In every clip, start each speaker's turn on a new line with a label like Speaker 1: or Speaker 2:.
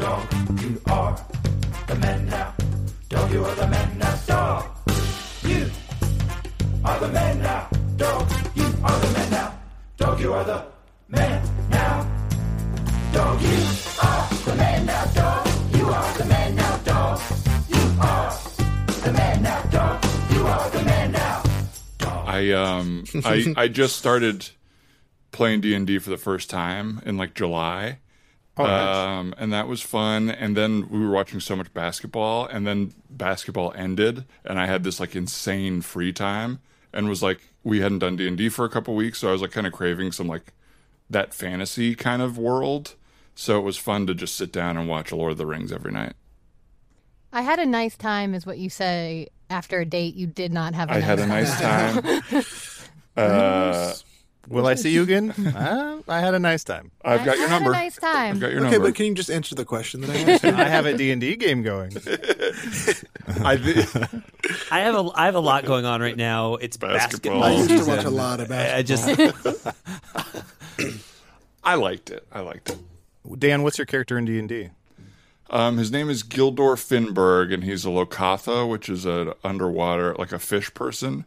Speaker 1: You are the man now. Dog, you are the man now. Dog, you are the man now. Dog, you are the man now. Dog, you are the man now. Dog, you are the man now. Dog, you are the man now. Dog, you are the man now. Dog, you are the man now.
Speaker 2: I um I I just started playing D and D for the first time in like July,
Speaker 3: Oh, nice.
Speaker 2: um, and that was fun. And then we were watching so much basketball, and then basketball ended, and I had this like insane free time, and was like we hadn't done D and D for a couple weeks, so I was like kind of craving some like that fantasy kind of world. So it was fun to just sit down and watch Lord of the Rings every night.
Speaker 4: I had a nice time, is what you say after a date. You did not have. A
Speaker 2: I
Speaker 4: nice
Speaker 2: had a
Speaker 4: time.
Speaker 2: nice time. Uh,
Speaker 3: Will I see you again? uh, I had a nice time.
Speaker 2: I've got your
Speaker 4: I had
Speaker 2: number.
Speaker 4: A nice
Speaker 2: I've
Speaker 4: time.
Speaker 2: got your
Speaker 5: Okay,
Speaker 2: number.
Speaker 5: but can you just answer the question that I asked?
Speaker 3: I have a D and D game going.
Speaker 2: I thi-
Speaker 6: I have a I have a lot going on right now. It's
Speaker 2: Basketball.
Speaker 6: basketball.
Speaker 5: I used to
Speaker 6: season.
Speaker 5: watch a lot of
Speaker 6: I I
Speaker 5: basketball.
Speaker 6: just
Speaker 2: I liked it. I liked it.
Speaker 3: Dan, what's your character in D and D?
Speaker 2: Um, his name is Gildor Finberg, and he's a Lokatha, which is an underwater, like a fish person.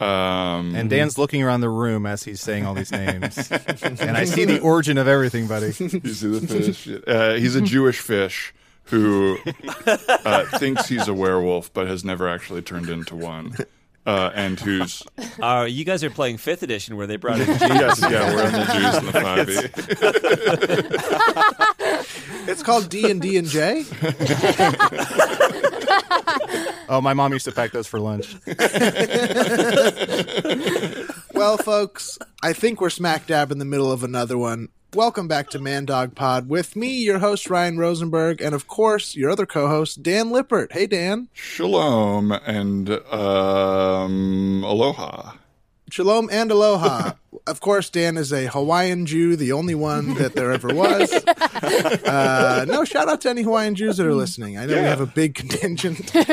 Speaker 2: Um,
Speaker 3: And Dan's looking around the room as he's saying all these names, and I see the origin of everything, buddy.
Speaker 2: you see the fish? Uh, he's a Jewish fish who uh, thinks he's a werewolf, but has never actually turned into one. Uh, and who's
Speaker 6: uh, you guys are playing fifth edition where they brought in
Speaker 2: yes, yeah, we're in the Jews in the five E.
Speaker 5: It's called D and D and J.
Speaker 3: Oh, my mom used to pack those for lunch.
Speaker 5: Well, folks, I think we're smack dab in the middle of another one. Welcome back to Man Dog Pod with me, your host Ryan Rosenberg, and of course your other co-host Dan Lippert. Hey, Dan.
Speaker 2: Shalom and um, aloha.
Speaker 5: Shalom and aloha. of course, Dan is a Hawaiian Jew, the only one that there ever was. Uh, no, shout out to any Hawaiian Jews that are listening. I know we
Speaker 2: Yeah.
Speaker 5: have a big contingent uh,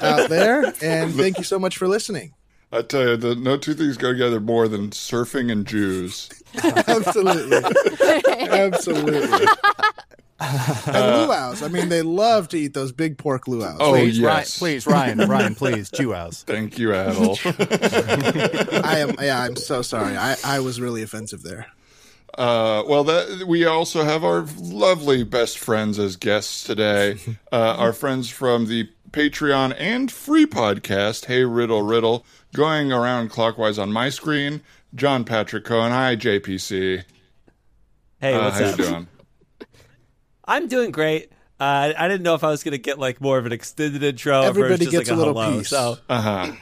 Speaker 5: out there, and thank you so much for listening.
Speaker 2: I tell you, uh, the, no two things go together more than surfing and Jews.
Speaker 5: Absolutely. Absolutely. And luau's. I mean, they love to eat those big pork luau's.
Speaker 2: Oh
Speaker 3: please, Ry-
Speaker 2: yes,
Speaker 3: please, Ryan, Ryan, please, Jew house.
Speaker 2: Thank you, Adel.
Speaker 5: I am. Yeah, I'm so sorry. I, I was really offensive there.
Speaker 2: Uh, well, that, we also have our lovely best friends as guests today. Uh, our friends from the Patreon and free podcast, Hey Riddle Riddle, going around clockwise on my screen. John Patrick Cohen, hi JPC.
Speaker 6: Hey,
Speaker 2: Uh,
Speaker 6: what's
Speaker 2: how
Speaker 6: up?
Speaker 2: you doing?
Speaker 6: I'm doing great. Uh, I didn't know if I was going to get like more of an extended intro. or if it was
Speaker 5: Everybody
Speaker 6: just,
Speaker 5: gets
Speaker 6: like,
Speaker 5: a little
Speaker 6: hello.
Speaker 5: piece.
Speaker 6: So,
Speaker 2: Uh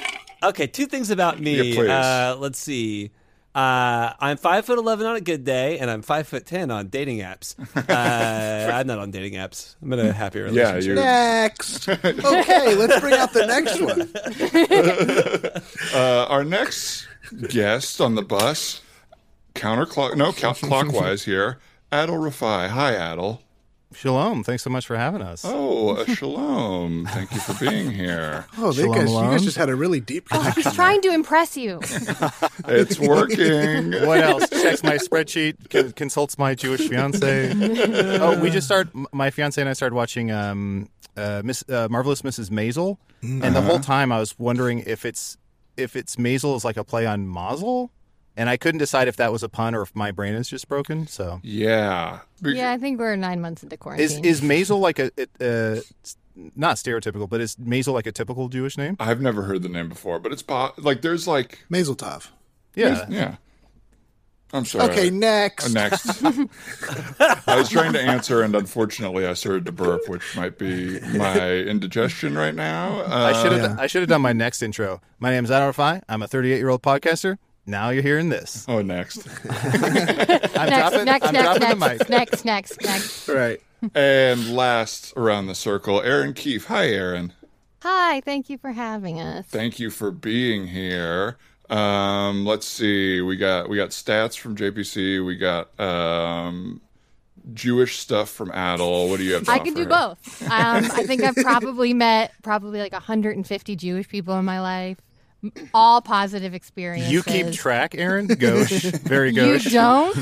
Speaker 2: huh.
Speaker 6: okay, two things about me.
Speaker 2: Yeah, please.
Speaker 6: uh, let's see. Uh, I'm five foot eleven on a good day, and I'm five foot ten on dating apps. Uh, I'm not on dating apps. I'm in a happy
Speaker 2: Yeah,
Speaker 6: relationship.
Speaker 2: you.
Speaker 5: Next. Okay, let's bring out the next one.
Speaker 2: Uh, our next guest on the bus, counterclock, no, cou- clockwise here. Adel Rafai, hi Adel.
Speaker 3: Shalom. Thanks so much for having us.
Speaker 2: Oh, uh, shalom. Thank you for being here.
Speaker 5: Oh, they
Speaker 3: Shalom
Speaker 5: guys, you
Speaker 3: alone. Oh,
Speaker 5: guys just had a really deep connection.
Speaker 4: Oh, He's trying to impress you.
Speaker 2: It's working.
Speaker 3: What else? Checks my spreadsheet. Con- consults my Jewish fiance. Oh, we just start. m- My fiance and I started watching um, uh, Miss uh, Marvelous Mrs. Maisel, and the whole time I was wondering if it's if it's Maisel is like a play on Mazel, and I couldn't decide if that was a pun or if my brain is just broken. So
Speaker 2: Yeah. Be-
Speaker 4: yeah, I think we're nine months into quarantine.
Speaker 3: is is Maisel like a, it, uh, s- not stereotypical, but is Maisel like a typical Jewish name?
Speaker 2: I've never heard the name before, but it's po- like there's like
Speaker 5: Mazel Tov.
Speaker 3: Yeah.
Speaker 2: yeah. I'm sorry.
Speaker 5: Okay,
Speaker 2: Uh,
Speaker 5: next.
Speaker 2: Next. I was trying to answer, and unfortunately, I started to burp, which might be my indigestion right now. Uh,
Speaker 3: I should have I should have done my next intro. My name is Adam Rafai. I'm a 38 year old podcaster. Now you're hearing this.
Speaker 2: oh, next.
Speaker 3: I'm
Speaker 4: next,
Speaker 3: dropping,
Speaker 4: next,
Speaker 3: I'm
Speaker 4: next,
Speaker 3: dropping the
Speaker 4: next,
Speaker 3: mic.
Speaker 4: next, next, next.
Speaker 5: Right.
Speaker 2: And last around the circle, Aaron Keefe. Hi, Aaron.
Speaker 4: Hi, thank you for having us.
Speaker 2: Thank you for being here. Um, let's see. We got we got stats from JPC. We got um, Jewish stuff from Adel. What do you have? To
Speaker 4: I can
Speaker 2: offer
Speaker 4: do
Speaker 2: here?
Speaker 4: both. Um, I think I've probably met probably like 150 Jewish people in my life. M- All positive experiences.
Speaker 3: You keep track, Aaron? Gosh. Very
Speaker 4: You
Speaker 3: gosh.
Speaker 4: don't?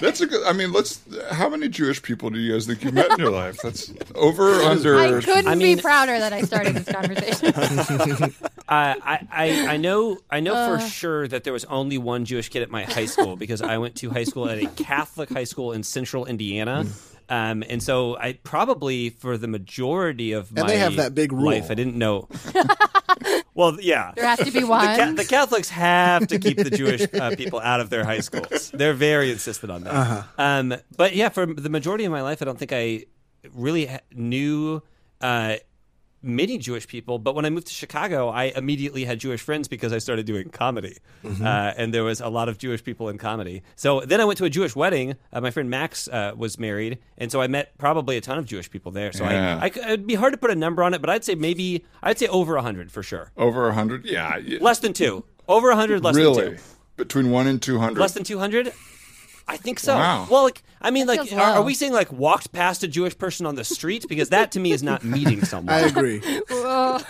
Speaker 2: That's a good. I mean, let's. How many Jewish people do you guys think you met in your life? That's over or under.
Speaker 4: I couldn't
Speaker 6: I mean-
Speaker 4: be prouder that I started this conversation.
Speaker 6: Uh, I, I I know I know for
Speaker 4: Uh.
Speaker 6: sure that there was only one Jewish kid at my high school because I went to high school at a Catholic high school in Central Indiana,
Speaker 5: Hmm.
Speaker 6: um, and so I probably for the majority of my
Speaker 5: And they have that big rule.
Speaker 6: life I didn't know. well, yeah,
Speaker 4: there has to be
Speaker 6: the, Ca-
Speaker 4: one.
Speaker 6: the Catholics have to keep the Jewish uh, people out of their high schools. They're very insistent on that. Um, but yeah, for the majority of my life, I don't think I really ha- knew uh, many Jewish people. But when I moved to Chicago, I immediately had Jewish friends because I started doing comedy, uh, and there was a lot of Jewish people in comedy. So then I went to a Jewish wedding. Uh, my friend Max uh, was married, and so I met probably a ton of Jewish people there. So
Speaker 2: Yeah.
Speaker 6: I, I c- it'd be hard to put a number on it, but I'd say maybe I'd say over hundred for sure.
Speaker 2: Over hundred. Yeah. yeah.
Speaker 6: Less than two. Over 100, less than
Speaker 2: really.
Speaker 6: two.
Speaker 2: Between one and two hundred.
Speaker 6: Less than 200? I think so.
Speaker 2: Wow.
Speaker 6: Well, like, I mean,
Speaker 4: That
Speaker 6: like,
Speaker 4: feels
Speaker 6: are, are
Speaker 4: low.
Speaker 6: we saying, like, walked past a Jewish person on the street? Because that to me is not meeting someone.
Speaker 5: I agree.
Speaker 4: Oh,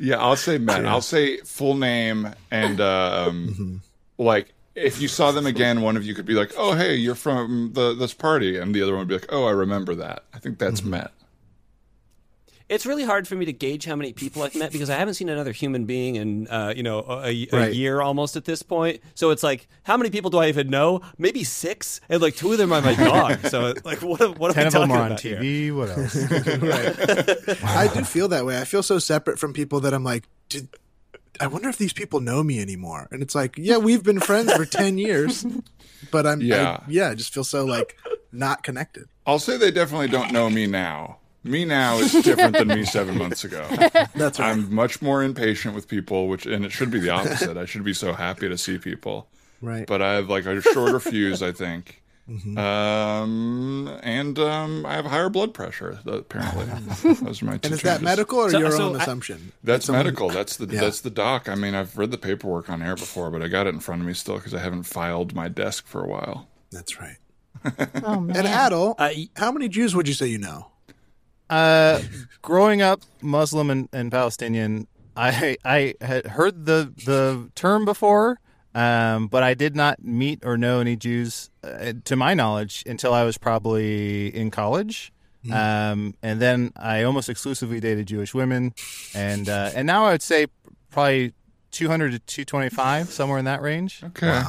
Speaker 2: Yeah, I'll say Matt. I'll say full name and um, like if you saw them again, one of you could be like, "Oh, hey, you're from the this party," and the other one would be like, "Oh, I remember that." I think that's Matt.
Speaker 6: it's really hard for me to gauge how many people I've met because I haven't seen another human being in, uh, you know, a, a- a
Speaker 5: Right.
Speaker 6: year almost at this point. So it's like, how many people do I even know? Maybe six, and like two of them are my dog. So like, what? What
Speaker 3: Ten
Speaker 6: am I
Speaker 3: of them
Speaker 6: talking
Speaker 3: are on
Speaker 6: about
Speaker 3: TV.
Speaker 6: here?
Speaker 3: What else?
Speaker 5: I do feel that way. I feel so separate from people that I'm like, did I wonder if these people know me anymore? And it's like, yeah, we've been friends for ten years, but I'm
Speaker 2: Yeah.
Speaker 5: yeah, I, yeah, I just feel so like not connected.
Speaker 2: I'll say they definitely don't know me now. Me now is different than me seven months ago.
Speaker 5: That's right.
Speaker 2: I'm much more impatient with people, which and it should be the opposite. I should be so happy to see people,
Speaker 5: right. Mm-hmm.
Speaker 2: but I have like a shorter fuse, I think, um, and um, I have higher blood pressure. Apparently, those are my two.
Speaker 5: and is that
Speaker 2: changes.
Speaker 5: medical or
Speaker 6: So-
Speaker 5: your
Speaker 6: so
Speaker 5: own
Speaker 6: I-
Speaker 5: assumption?
Speaker 2: That's medical. That's the that's the doc. I mean, I've read the paperwork on air before, but I got it in front of me still because I haven't filed my desk for a while.
Speaker 5: That's right.
Speaker 4: oh man.
Speaker 5: And Adel,
Speaker 6: Uh, y-
Speaker 5: how many Jews would you say you know?
Speaker 3: Uh, growing up Muslim and, and Palestinian, I I had heard the the term before, um, but I did not meet or know any Jews, uh, to my knowledge, until I was probably in college.
Speaker 6: Hmm.
Speaker 3: Um, and then I almost exclusively dated Jewish women, and uh, and now I would say probably 200 to 225, somewhere in that range.
Speaker 2: Okay.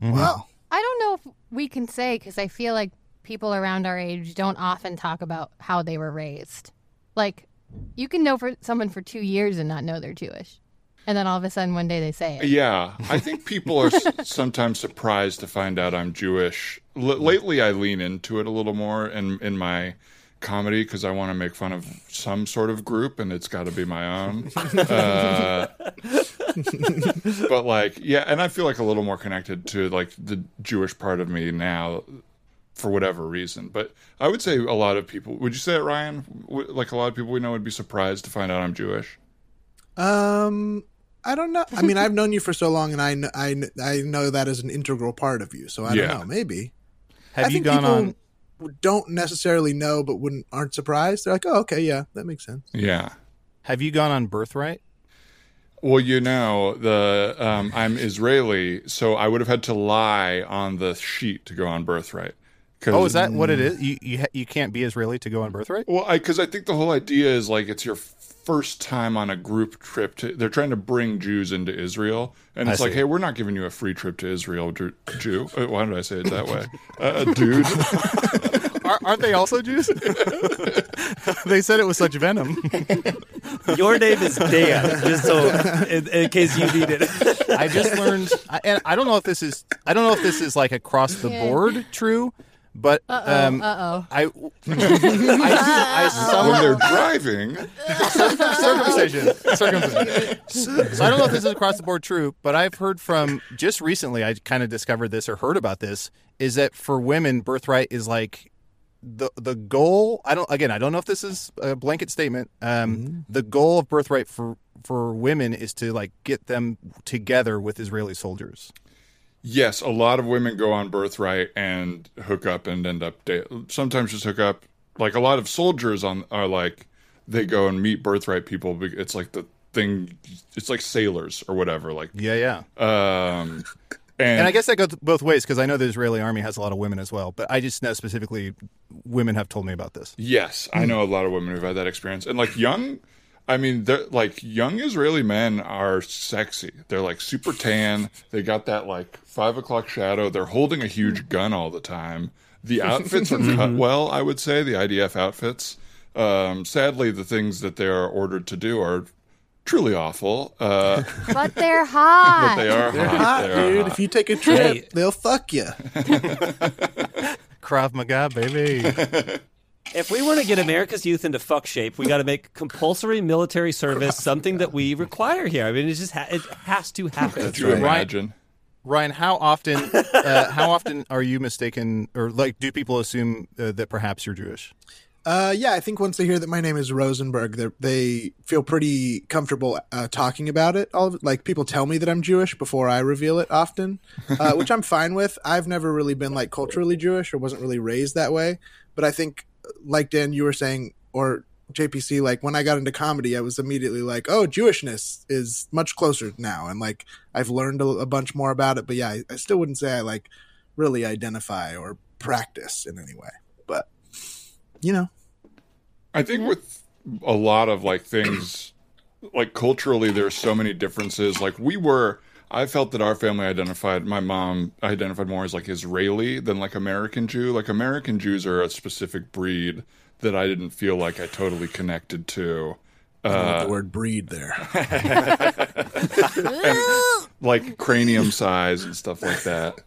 Speaker 5: Wow.
Speaker 4: I don't know if we can say because I feel like people around our age don't often talk about how they were raised. Like, you can know for someone for two years and not know they're Jewish, and then all of a sudden one day they say it.
Speaker 2: Yeah, I think people are s- sometimes surprised to find out I'm Jewish. L- lately, I lean into it a little more in in my comedy because I want to make fun of some sort of group, and it's got to be my own. Uh, but like, yeah, and I feel like a little more connected to like the Jewish part of me now. For whatever reason, but I would say a lot of people. Would you say it, Ryan? W- Like a lot of people we know would be surprised to find out I'm Jewish.
Speaker 5: Um, I don't know. I mean, I've known you for so long, and I kn- I kn- I know that is an integral part of you. So I
Speaker 2: Yeah.
Speaker 5: don't know. Maybe.
Speaker 3: Have
Speaker 5: I
Speaker 3: you
Speaker 5: think
Speaker 3: gone
Speaker 5: people
Speaker 3: on?
Speaker 5: Don't necessarily know, but wouldn't aren't surprised. They're like, oh, okay, yeah, that makes sense.
Speaker 2: Yeah.
Speaker 3: Have you gone on birthright?
Speaker 2: Well, you know, the um, I'm Israeli, so I would have had to lie on the sheet to go on birthright. 'Cause-
Speaker 3: Oh, is that what it is? You you ha- you can't be Israeli to go on birthright.
Speaker 2: Well, because I, think the whole idea is like it's your first time on a group trip. To, they're trying to bring Jews into Israel, and it's like, hey, we're not giving you a free trip to Israel, Jew. Jew. Uh, Why did I say it that way, uh, dude?
Speaker 3: Are, aren't they also Jews? they said it was such venom.
Speaker 6: Your name is Dan, just so in, in case you need it.
Speaker 3: I just learned, I, and I don't know if this is, I don't know if this is like across the
Speaker 4: Yeah.
Speaker 3: board true, but um,
Speaker 4: Uh
Speaker 3: I, I, I
Speaker 2: when
Speaker 3: some
Speaker 2: they're driving,
Speaker 3: circumcision, circumcision. So I don't know if this is across the board true, but I've heard from just recently. I kind of discovered this or heard about this is that for women, birthright is like the the goal. I don't again. I don't know if this is a blanket statement. Um, The goal of birthright for for women is to like get them together with Israeli soldiers.
Speaker 2: yes, a lot of women go on birthright and hook up and end up da- sometimes just hook up. Like a lot of soldiers on are like they go and meet birthright people. be- It's like the thing. It's like sailors or whatever. Like
Speaker 3: Yeah, yeah.
Speaker 2: um, And,
Speaker 3: And I guess that goes both ways because I know the Israeli army has a lot of women as well, but I just know specifically women have told me about this.
Speaker 2: Yes,
Speaker 5: Mm.
Speaker 2: I know a lot of women who've had that experience, and like young, I mean, they're like young Israeli men are sexy. They're like super tan. They got that like five o'clock shadow. They're holding a
Speaker 5: Mm.
Speaker 2: huge gun all the time. The outfits are cut
Speaker 5: Mm-hmm.
Speaker 2: well, I would say. The IDF outfits. Um, sadly, the things that they are ordered to do are truly awful. Uh,
Speaker 4: But they're hot.
Speaker 2: but they are
Speaker 5: They're
Speaker 2: hot.
Speaker 5: hot,
Speaker 2: They are
Speaker 5: dude.
Speaker 2: hot.
Speaker 5: If you take a trip,
Speaker 6: Hey.
Speaker 5: they'll fuck you.
Speaker 3: Krav Maga, baby.
Speaker 6: If we want to get America's youth into fuck shape, we got to make compulsory military service something that we require here. I mean, it just ha- it has to happen.
Speaker 2: Do you
Speaker 3: Right.
Speaker 2: imagine?
Speaker 3: Ryan, how often, uh, how often are you mistaken, or like, do people assume uh, that perhaps you're Jewish?
Speaker 5: Uh, yeah, I think once they hear that my name is Rosenberg, they they feel pretty comfortable uh, talking about it. All of, like people tell me that I'm Jewish before I reveal it often, uh, which I'm fine with. I've never really been like culturally Jewish or wasn't really raised that way. But I think, like Dan, you were saying, or JPC, like when I got into comedy, I was immediately like, oh, Jewishness is much closer now, and like I've learned a, a bunch more about it. But yeah, I, I still wouldn't say I like really identify or practice in any way, but. You know,
Speaker 2: I think with a lot of like things, like culturally, there's so many differences. Like we were, I felt that our family identified, my mom identified more as like Israeli than like American Jew. Like American Jews are a specific breed that I didn't feel like I totally connected to.
Speaker 5: with
Speaker 4: Uh,
Speaker 5: the word breed there.
Speaker 2: Like cranium size and stuff like that.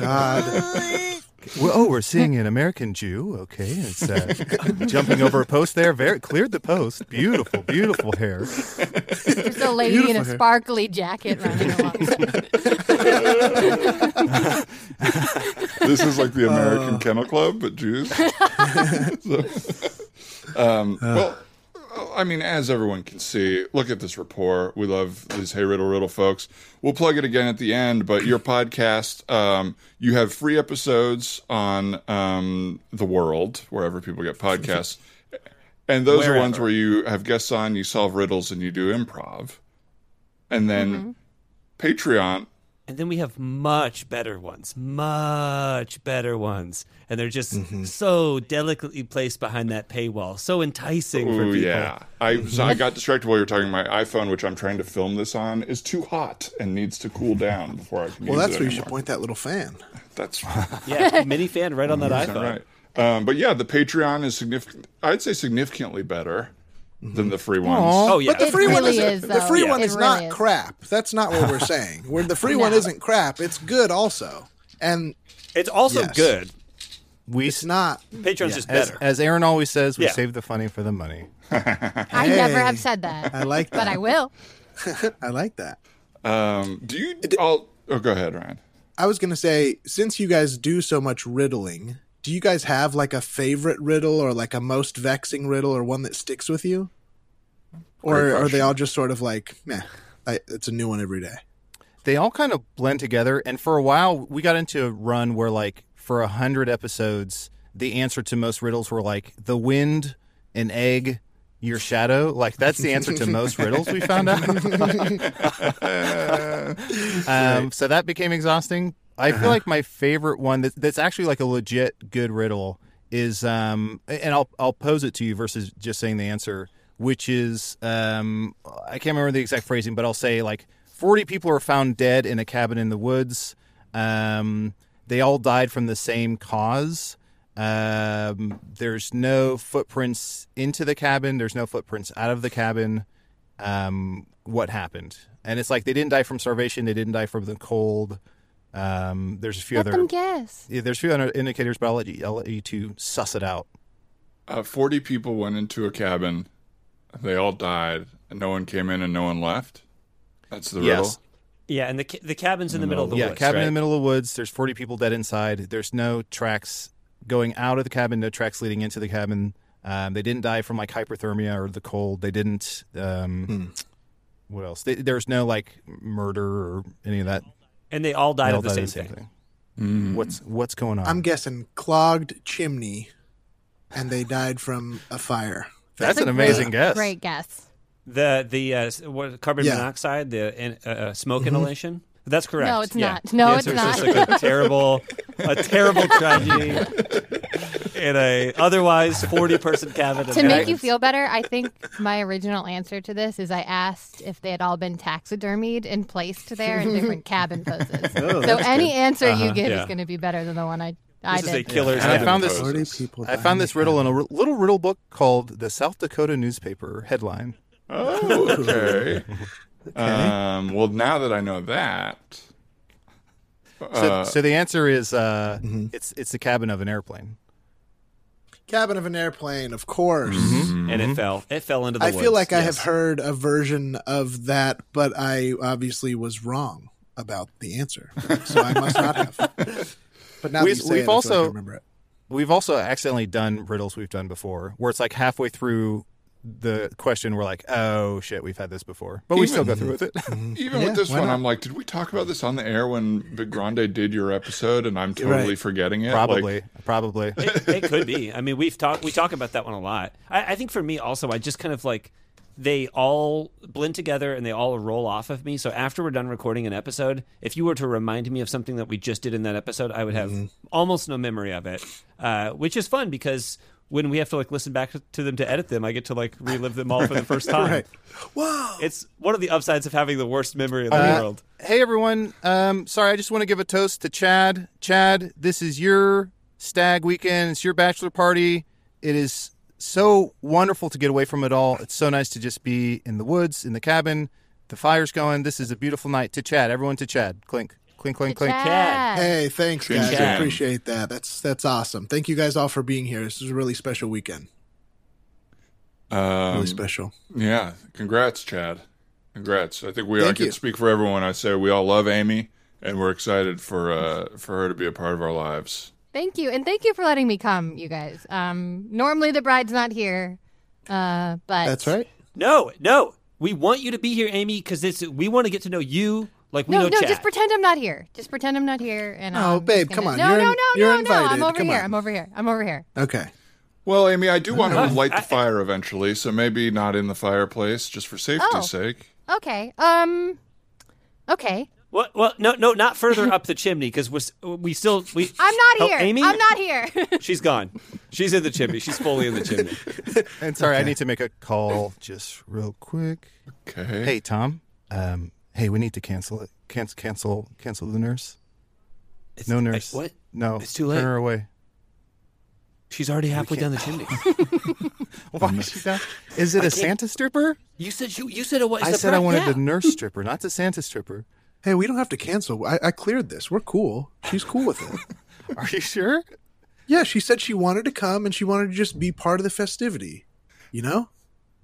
Speaker 5: God.
Speaker 3: Well, oh, we're seeing an American Jew. Okay, it's uh, jumping over a post there. Very cleared the post. Beautiful, beautiful hair.
Speaker 4: There's a lady in a sparkly jacket running along.
Speaker 2: This is like the American Kennel Club, but Jews. So, um, well, I mean, as everyone can see, look at this rapport. We love these Hey Riddle Riddle folks. We'll plug it again at the end, but your podcast, um, you have free episodes on um, the world, wherever people get podcasts. And those are ones where you have guests on, you solve riddles, and you do improv. And then Patreon,
Speaker 6: And then we have much better ones, much better ones, and they're just so delicately placed behind that paywall, so enticing for
Speaker 2: Ooh,
Speaker 6: people.
Speaker 2: yeah. I so I got distracted while you were talking. My iPhone, which I'm trying to film this on, is too hot and needs to cool down before I can.
Speaker 5: Well,
Speaker 2: use
Speaker 5: that's
Speaker 2: it
Speaker 5: where you should
Speaker 2: anymore.
Speaker 5: point that little fan.
Speaker 2: That's
Speaker 6: Yeah, mini fan right on that
Speaker 2: Is
Speaker 6: iPhone.
Speaker 2: that right. Um, but yeah, the Patreon is significant. I'd say significantly better than the free ones.
Speaker 6: Oh yeah,
Speaker 5: The free one
Speaker 4: really is,
Speaker 5: is, the
Speaker 4: though.
Speaker 5: free
Speaker 4: Yeah.
Speaker 5: one
Speaker 4: It
Speaker 5: is
Speaker 4: really
Speaker 5: not
Speaker 4: is.
Speaker 5: crap. That's not what we're saying. Where the free one
Speaker 4: No.
Speaker 5: isn't crap, it's good also. And
Speaker 6: it's also
Speaker 5: Yes.
Speaker 6: good.
Speaker 3: We,
Speaker 5: it's not
Speaker 6: Patreon's just
Speaker 3: as,
Speaker 6: better.
Speaker 3: as Aaron always says, we
Speaker 6: Yeah.
Speaker 3: save the funny for the money.
Speaker 4: I never
Speaker 5: Hey.
Speaker 4: have said that.
Speaker 5: I like
Speaker 4: But
Speaker 5: that.
Speaker 4: I will.
Speaker 5: I like that.
Speaker 2: Um, do you? I'll, oh, go ahead, Ryan.
Speaker 5: I was going to say since you guys do so much riddling, do you guys have like a favorite riddle or like a most vexing riddle or one that sticks with you? Or are they all just sort of like, meh, I, it's a new one every day?
Speaker 3: they all kind of blend together and for a while we got into a run where like for a hundred episodes the answer to most riddles were like the wind an egg your shadow like that's the answer to most riddles we found out um, so that became exhausting i feel like my favorite one that, that's actually like a legit good riddle is um and i'll i'll pose it to you versus just saying the answer which is um i can't remember the exact phrasing but i'll say like 40 people are found dead in a cabin in the woods. Um, they all died from the same cause. Um, there's no footprints into the cabin, there's no footprints out of the cabin. Um, what happened? And it's like they didn't die from starvation, they didn't die from the cold. Um, there's a few
Speaker 4: Let
Speaker 3: other
Speaker 4: them guess.
Speaker 3: yeah, there's a few other indicators, but I'll let, you, I'll let you two suss it out.
Speaker 2: Uh, Forty people went into a cabin. They all died, and no one came in, and no one left. That's the
Speaker 3: Yes.
Speaker 2: riddle.
Speaker 6: yeah, and the ca- the cabin's in the middle of the
Speaker 3: yeah,
Speaker 6: woods.
Speaker 3: cabin in
Speaker 6: right?
Speaker 3: the middle of the woods. There's 40 people dead inside. There's no tracks going out of the cabin. No tracks leading into the cabin. Um, they didn't die from like hyperthermia or the cold. They didn't. Um,
Speaker 6: Hmm.
Speaker 3: What else? They, there's no like murder or any of that.
Speaker 6: and they all died
Speaker 3: They all
Speaker 6: of the
Speaker 3: died
Speaker 6: same,
Speaker 3: of
Speaker 6: thing.
Speaker 3: What's what's going on?
Speaker 5: I'm guessing clogged chimney, and they died from a fire.
Speaker 3: That's
Speaker 4: a
Speaker 3: an amazing
Speaker 4: great-
Speaker 3: guess.
Speaker 4: Great guess.
Speaker 6: the the uh, s- what, carbon
Speaker 5: Yeah. Mm-hmm.
Speaker 6: monoxide, the in- uh, uh, smoke inhalation. That's correct.
Speaker 4: No, it's
Speaker 6: Yeah.
Speaker 4: not. No,
Speaker 6: The
Speaker 4: it's
Speaker 6: answer is
Speaker 4: not.
Speaker 6: Just like a terrible, a terrible tragedy in a otherwise forty-person cabin. in
Speaker 4: to make
Speaker 6: Manhattan.
Speaker 4: you feel better, I think my original answer to this is I asked if they had all been taxidermied and placed there in different cabin poses.
Speaker 5: Oh,
Speaker 4: so any answer
Speaker 5: Uh-huh,
Speaker 4: you give
Speaker 6: yeah.
Speaker 4: is going to be better than the one I I
Speaker 6: this is a
Speaker 4: did.
Speaker 6: killer's.
Speaker 3: And I
Speaker 6: cabin.
Speaker 3: found this.
Speaker 5: Forty people.
Speaker 3: I
Speaker 5: die.
Speaker 3: found this riddle in a r- little riddle book called "The South Dakota Newspaper Headline."
Speaker 2: Oh, okay. Um, well, now that I know that,
Speaker 3: So, so the answer is uh, it's it's the cabin of an airplane.
Speaker 5: Cabin of an airplane, of course.
Speaker 3: Mm-hmm.
Speaker 6: and it fell. It fell into the.
Speaker 5: I feel
Speaker 6: woods,
Speaker 5: like I
Speaker 6: yes.
Speaker 5: have heard a version of that, but I obviously was wrong about the answer, so I must not have. But now
Speaker 3: We-
Speaker 5: that you say
Speaker 3: we've
Speaker 5: it, I feel like I
Speaker 3: also-
Speaker 5: remember it.
Speaker 3: We've also accidentally done riddles we've done before, where it's like halfway through the question, we're like, "Oh shit, we've had this before," but we still go through with it.
Speaker 2: even
Speaker 5: Yeah,
Speaker 2: with this
Speaker 5: why
Speaker 2: one,
Speaker 5: not?
Speaker 2: I'm like, did we talk about this on the air when Big Grande did your episode? And I'm totally
Speaker 5: Right.
Speaker 2: forgetting it.
Speaker 3: probably,
Speaker 2: Like,
Speaker 3: probably.
Speaker 6: it, it could be. I mean, we've talked we talk about that one a lot. I, I think for me also, I just kind of like they all blend together and they all roll off of me. So after we're done recording an episode, if you were to remind me of something that we just did in that episode, I would have
Speaker 5: Mm-hmm.
Speaker 6: almost no memory of it, uh, which is fun because when we have to like listen back to them to edit them, I get to like relive them all for the first time.
Speaker 5: Right. Wow.
Speaker 6: It's one of the upsides of having the worst memory in the
Speaker 3: Uh,
Speaker 6: world.
Speaker 3: Hey everyone, um, sorry, I just want to give a toast to Chad. Chad, this is your stag weekend. It's your bachelor party. It is so wonderful to get away from it all. It's so nice to just be in the woods, in the cabin. The fire's going. This is a beautiful night. To Chad, everyone to Chad. Clink, clink, clink, clink.
Speaker 4: Chad.
Speaker 5: Hey, thanks
Speaker 2: Chin
Speaker 5: guys. I
Speaker 2: chin.
Speaker 5: appreciate that. That's that's awesome. Thank you guys all for being here. This is a really special weekend.
Speaker 2: um,
Speaker 3: Um,
Speaker 5: Really special.
Speaker 2: uh, yeah. Congrats, Chad. Congrats. I think we I
Speaker 5: Thank you.
Speaker 2: can speak for everyone. I say we all love Amy, and we're excited for uh, for her to be a part of our lives.
Speaker 4: Thank you, and thank you for letting me come, you guys. Um, normally the bride's not here, uh, but
Speaker 5: That's right.
Speaker 6: No, no, we want you to be here, Amy, because this we want to get to know you. Like we
Speaker 4: No,
Speaker 6: know
Speaker 4: no,
Speaker 6: Chad.
Speaker 4: just pretend I'm not here. Just pretend I'm not here. And
Speaker 5: Oh,
Speaker 4: I'm
Speaker 5: babe,
Speaker 4: just
Speaker 5: come
Speaker 4: gonna-
Speaker 5: on.
Speaker 4: No,
Speaker 5: You're
Speaker 4: no,
Speaker 5: in-
Speaker 4: no,
Speaker 5: you're
Speaker 4: no, no.
Speaker 5: invited.
Speaker 4: I'm over
Speaker 5: Come
Speaker 4: here.
Speaker 5: on.
Speaker 4: I'm over here. I'm over here.
Speaker 5: Okay.
Speaker 2: Well, Amy, I do want to light the fire eventually, so maybe not in the fireplace, just for safety's
Speaker 4: Oh.
Speaker 2: sake.
Speaker 4: Okay. Um. Okay.
Speaker 6: Well, well, no, no, not further up the chimney because we we still we.
Speaker 4: I'm not
Speaker 6: Oh,
Speaker 4: here.
Speaker 6: Amy,
Speaker 4: I'm not here.
Speaker 6: She's gone. She's in the chimney. She's fully in the chimney.
Speaker 3: And sorry, I need to make a call just real quick.
Speaker 2: Okay.
Speaker 3: Hey Tom, um, hey, we need to cancel it. Cancel, cancel, cancel the nurse.
Speaker 6: It's,
Speaker 3: No nurse.
Speaker 6: I- what?
Speaker 3: No.
Speaker 6: It's too late.
Speaker 3: Turn her away.
Speaker 6: She's already halfway down the chimney.
Speaker 3: Why is she down? Is it a Santa stripper?
Speaker 6: You said you you said it was.
Speaker 3: I said I wanted the nurse stripper, not the Santa stripper.
Speaker 5: Hey, we don't have to cancel. I, I cleared this. We're cool. She's cool with it.
Speaker 3: Are you sure?
Speaker 5: yeah, she said she wanted to come and she wanted to just be part of the festivity. You know?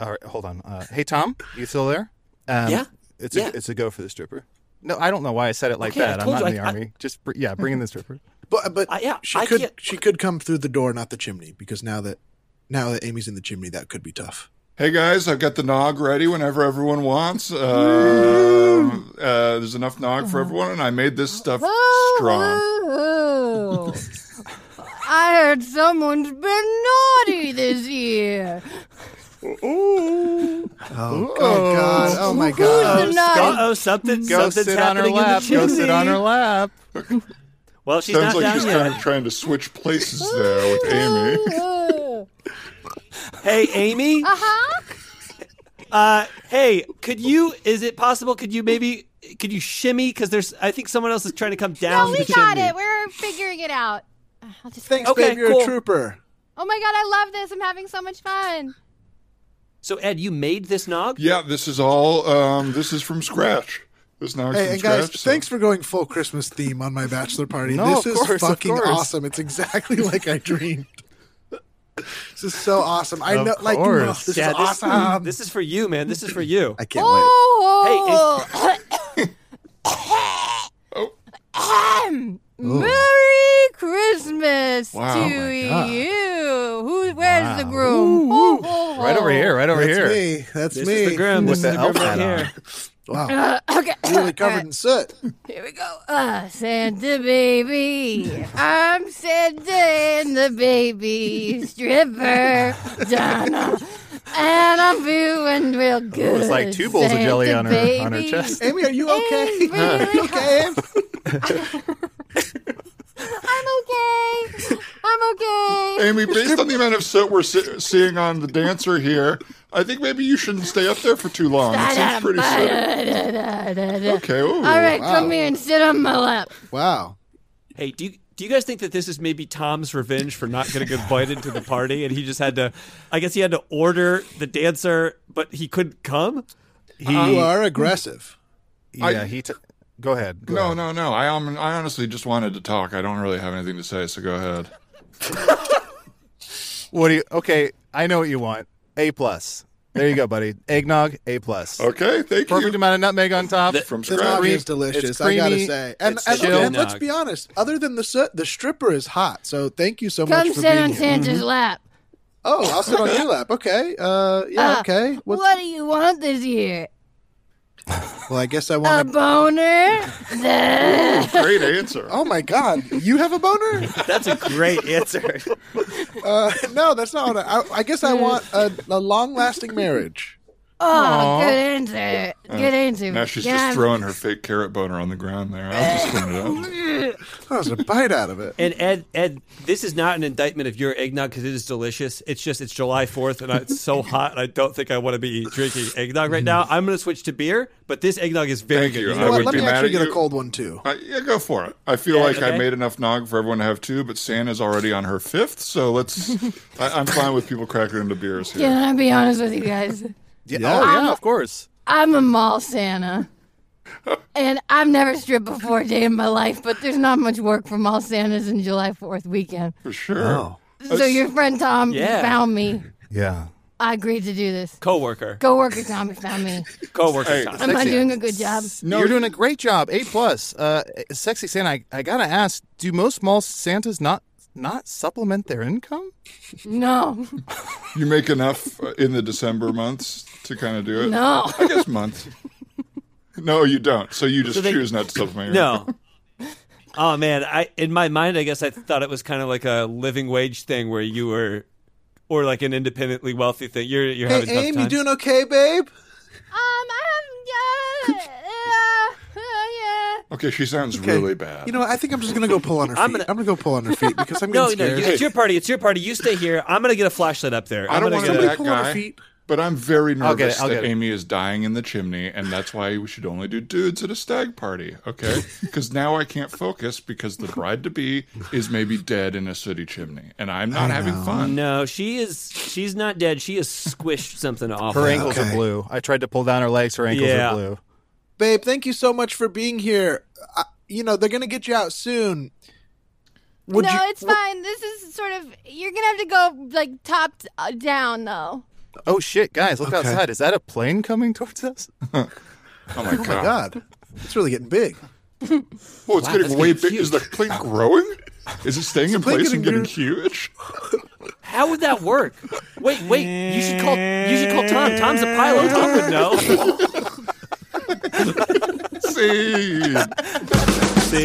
Speaker 3: All right, hold on. Uh, hey, Tom, you still there? Um,
Speaker 6: Yeah.
Speaker 3: It's a
Speaker 6: Yeah.
Speaker 3: it's a go for the stripper. No, I don't know why I said it like
Speaker 6: Okay, I
Speaker 3: that. I'm
Speaker 6: told
Speaker 3: not
Speaker 6: you,
Speaker 3: in the
Speaker 6: I- I-
Speaker 3: army. Just br- yeah, bring in the stripper.
Speaker 5: But but
Speaker 6: I- yeah,
Speaker 5: she
Speaker 6: I
Speaker 5: could
Speaker 6: can't-
Speaker 5: she could come through the door, not the chimney, because now that now that Amy's in the chimney, that could be tough.
Speaker 2: Hey guys, I've got the nog ready whenever everyone wants. Uh, uh, there's enough nog for everyone, and I made this stuff strong.
Speaker 4: Ooh. I heard someone's been naughty this year.
Speaker 5: Oh, God! Oh my God!
Speaker 4: Who's the naughty?
Speaker 6: Oh, something.
Speaker 3: Go
Speaker 6: something's
Speaker 3: sit on her
Speaker 6: happening
Speaker 3: lap.
Speaker 6: in the
Speaker 3: Go
Speaker 6: chimney.
Speaker 3: sit on her lap.
Speaker 6: Well, she's
Speaker 2: Sounds
Speaker 6: not
Speaker 2: like
Speaker 6: down
Speaker 2: she's
Speaker 6: yet.
Speaker 2: kind of trying to switch places there with Oh, Amy.
Speaker 6: Hey, Amy. Uh huh.
Speaker 4: Uh-huh.
Speaker 6: Uh, hey, could you? Is it possible? Could you maybe? Could you shimmy? Because there's, I think someone else is trying to come
Speaker 4: No,
Speaker 6: down
Speaker 4: we
Speaker 6: the
Speaker 4: got
Speaker 6: chimney.
Speaker 4: it. We're figuring it out. I'll just
Speaker 5: Thanks,
Speaker 6: Okay,
Speaker 5: babe. You're
Speaker 6: cool.
Speaker 5: a trooper.
Speaker 4: Oh my god, I love this. I'm having so much fun.
Speaker 6: So, Ed, you made this nog?
Speaker 2: Yeah, this is all. Um, this is from scratch. This nog's
Speaker 5: Hey,
Speaker 2: from
Speaker 5: and guys,
Speaker 2: scratch. so-
Speaker 5: thanks for going full Christmas theme on my bachelor party.
Speaker 3: No,
Speaker 5: this
Speaker 3: of
Speaker 5: is
Speaker 3: course, of
Speaker 5: fucking
Speaker 3: course.
Speaker 5: awesome. It's exactly like I dreamed. this is so awesome. I
Speaker 3: Of
Speaker 5: know, like, no,
Speaker 3: course.
Speaker 5: this
Speaker 6: Yeah,
Speaker 5: is awesome.
Speaker 6: This is for you, man. This is for you.
Speaker 5: I can't
Speaker 4: Oh,
Speaker 2: Oh,
Speaker 4: Merry Christmas
Speaker 2: Wow.
Speaker 4: to
Speaker 2: Oh my
Speaker 4: you. Who? Where's the groom? Oh, Ho, ho, ho.
Speaker 3: Right over here. Right over
Speaker 5: wait. Oh, That's
Speaker 3: here.
Speaker 5: me. That's
Speaker 6: This
Speaker 5: me.
Speaker 6: is the groom. This
Speaker 3: With the
Speaker 6: is the groom
Speaker 3: elf
Speaker 6: right
Speaker 3: hat on.
Speaker 6: here.
Speaker 5: Wow,
Speaker 4: Okay.
Speaker 5: really covered in soot.
Speaker 4: Here we go. Uh, Santa baby. I'm Santa and the baby stripper. Donna. and I'm feeling real good.
Speaker 3: was like two bowls of jelly on her-
Speaker 4: baby.
Speaker 3: on her chest.
Speaker 5: Amy, are you okay?
Speaker 4: Amy,
Speaker 5: Are you okay? Em?
Speaker 4: I'm okay. I'm okay.
Speaker 2: Amy, based on the amount of soot we're se- seeing on the dancer here, I think maybe you shouldn't stay up there for too long. It seems pretty soot. Okay. Ooh,
Speaker 4: All right, come here and sit on my lap.
Speaker 5: Wow.
Speaker 6: Hey, do you do you guys think that this is maybe Tom's revenge for not getting invited to the party, and he just had to? I guess he had to order the dancer, but he couldn't come.
Speaker 3: He,
Speaker 5: You are aggressive.
Speaker 3: yeah, he. T- go ahead. go
Speaker 2: No,
Speaker 3: ahead.
Speaker 2: no, no. I um, I honestly just wanted to talk. I don't really have anything to say, so go ahead.
Speaker 3: What do you? Okay, I know what you want. A plus. There you go, buddy. Eggnog, A plus.
Speaker 2: Okay, thank
Speaker 3: Perfect
Speaker 2: you.
Speaker 3: amount of nutmeg on top.
Speaker 2: From
Speaker 5: The nog
Speaker 2: scratch.
Speaker 5: is delicious,
Speaker 3: it's
Speaker 5: I gotta
Speaker 3: creamy,
Speaker 5: say. And,
Speaker 6: it's
Speaker 5: and,
Speaker 6: chill.
Speaker 5: and let's
Speaker 6: Nog.
Speaker 5: be honest, other than the soot, the stripper is hot. So thank you so
Speaker 4: Come
Speaker 5: much for
Speaker 4: sit
Speaker 5: being
Speaker 4: on
Speaker 5: here.
Speaker 4: Santa's
Speaker 3: Mm-hmm.
Speaker 4: lap.
Speaker 5: Oh, I'll sit on your lap. Okay. Uh, yeah,
Speaker 4: Ah,
Speaker 5: okay.
Speaker 4: What?
Speaker 5: What,
Speaker 4: do you want this year?
Speaker 5: well, I guess I
Speaker 4: A
Speaker 5: want to.
Speaker 4: boner? Duh.
Speaker 2: Great answer.
Speaker 5: Oh my God! You have a boner?
Speaker 6: That's a great answer.
Speaker 5: Uh, no, that's not what I. I, I guess I want a, a long-lasting marriage.
Speaker 4: oh, good answer. Good answer.
Speaker 2: Uh, Now she's
Speaker 4: Can I
Speaker 2: just
Speaker 4: have-
Speaker 2: throwing her fake carrot boner on the ground there. I'll just clean it up.
Speaker 5: That was a bite out of it.
Speaker 6: And Ed, Ed, this is not an indictment of your eggnog because it is delicious. It's just it's July Fourth and I, it's so hot. And I don't think I want to be drinking eggnog right now. I'm going to switch to beer, but this eggnog is very
Speaker 2: Mm-hmm. Thank
Speaker 6: good.
Speaker 2: you.
Speaker 5: You know
Speaker 2: I
Speaker 5: what?
Speaker 2: would
Speaker 5: Let
Speaker 2: be
Speaker 5: me
Speaker 2: mad
Speaker 5: actually
Speaker 2: at
Speaker 5: get a
Speaker 2: you.
Speaker 5: cold one too.
Speaker 2: Uh, yeah, go for it. I feel like I
Speaker 6: okay.
Speaker 2: made enough nog for everyone to have two, but Santa's already on her fifth, so let's. I, I'm fine with people cracking into beers here.
Speaker 4: Can I be honest with you guys?
Speaker 3: Yeah, Oh yeah, of course.
Speaker 4: I'm a mall Santa. And I've never stripped before a day in my life, but there's not much work for mall Santas in July 4th weekend.
Speaker 2: For sure. Uh,
Speaker 4: So your friend Tom
Speaker 6: Yeah.
Speaker 4: found me.
Speaker 3: Yeah.
Speaker 4: I agreed to do this.
Speaker 6: Coworker,
Speaker 4: Coworker Tommy found me.
Speaker 6: coworker.
Speaker 2: Hey.
Speaker 6: Tom.
Speaker 4: Am I doing a good job?
Speaker 3: No, you're doing a great job. A plus. Uh, sexy Santa. I, I gotta ask. Do most mall Santas not not supplement their income?
Speaker 4: No,
Speaker 2: You make enough uh, in the December months to kind of do it?
Speaker 4: no.
Speaker 2: I guess month. No, you don't. So you just
Speaker 6: they-
Speaker 2: choose not to supplement. your-
Speaker 6: No. Oh man, I in my mind, I guess I thought it was kind of like a living wage thing where you were, or like an independently wealthy thing. You're you're
Speaker 5: Hey,
Speaker 6: having tough
Speaker 5: Amy,
Speaker 6: times.
Speaker 5: doing okay, babe?
Speaker 4: Um, I'm yeah, uh, yeah.
Speaker 2: Okay, she sounds
Speaker 5: Okay.
Speaker 2: really bad.
Speaker 5: You know, what? I think I'm just gonna go pull on her feet. I'm
Speaker 6: I'm
Speaker 5: gonna,
Speaker 6: gonna-
Speaker 5: go pull on her feet because I'm
Speaker 6: no,
Speaker 5: getting
Speaker 6: no, you,
Speaker 5: scared.
Speaker 6: it's your party. It's your party. You stay here. I'm gonna get a flashlight up there.
Speaker 2: I
Speaker 6: I'm
Speaker 2: don't
Speaker 6: gonna
Speaker 2: want to
Speaker 6: get
Speaker 2: be
Speaker 6: a-
Speaker 2: that
Speaker 5: Pull on her
Speaker 2: guy,
Speaker 5: feet.
Speaker 2: but I'm very
Speaker 3: get it,
Speaker 2: nervous
Speaker 3: I'll
Speaker 2: that
Speaker 3: get it.
Speaker 2: Amy is dying in the chimney, and that's why we should only do dudes at a stag party, okay? Because now I can't focus because the bride to be is maybe dead in a sooty chimney, and I'm not having fun.
Speaker 6: No, she is. She's not dead. She has squished something off.
Speaker 3: Her ankles
Speaker 5: Okay.
Speaker 3: are blue. I tried to pull down her legs. Her ankles
Speaker 6: Yeah.
Speaker 3: are blue.
Speaker 5: babe. Thank you so much for being here. I, you know they're gonna get you out soon. Would
Speaker 4: no,
Speaker 5: you,
Speaker 4: it's fine. This is sort of you're gonna have to go like top uh, down though.
Speaker 3: Oh shit, guys! Look outside. Is that a plane coming towards us?
Speaker 2: Oh my god!
Speaker 5: God, it's really getting big.
Speaker 2: Oh, it's getting
Speaker 6: that's
Speaker 2: way
Speaker 6: getting
Speaker 2: big. Is the plane growing? Is it staying in
Speaker 5: plane
Speaker 2: place and
Speaker 5: getting
Speaker 2: getting huge?
Speaker 6: How would that work? Wait, wait. You should call. You should call Tom. Tom's a pilot. Tom would know.
Speaker 2: See,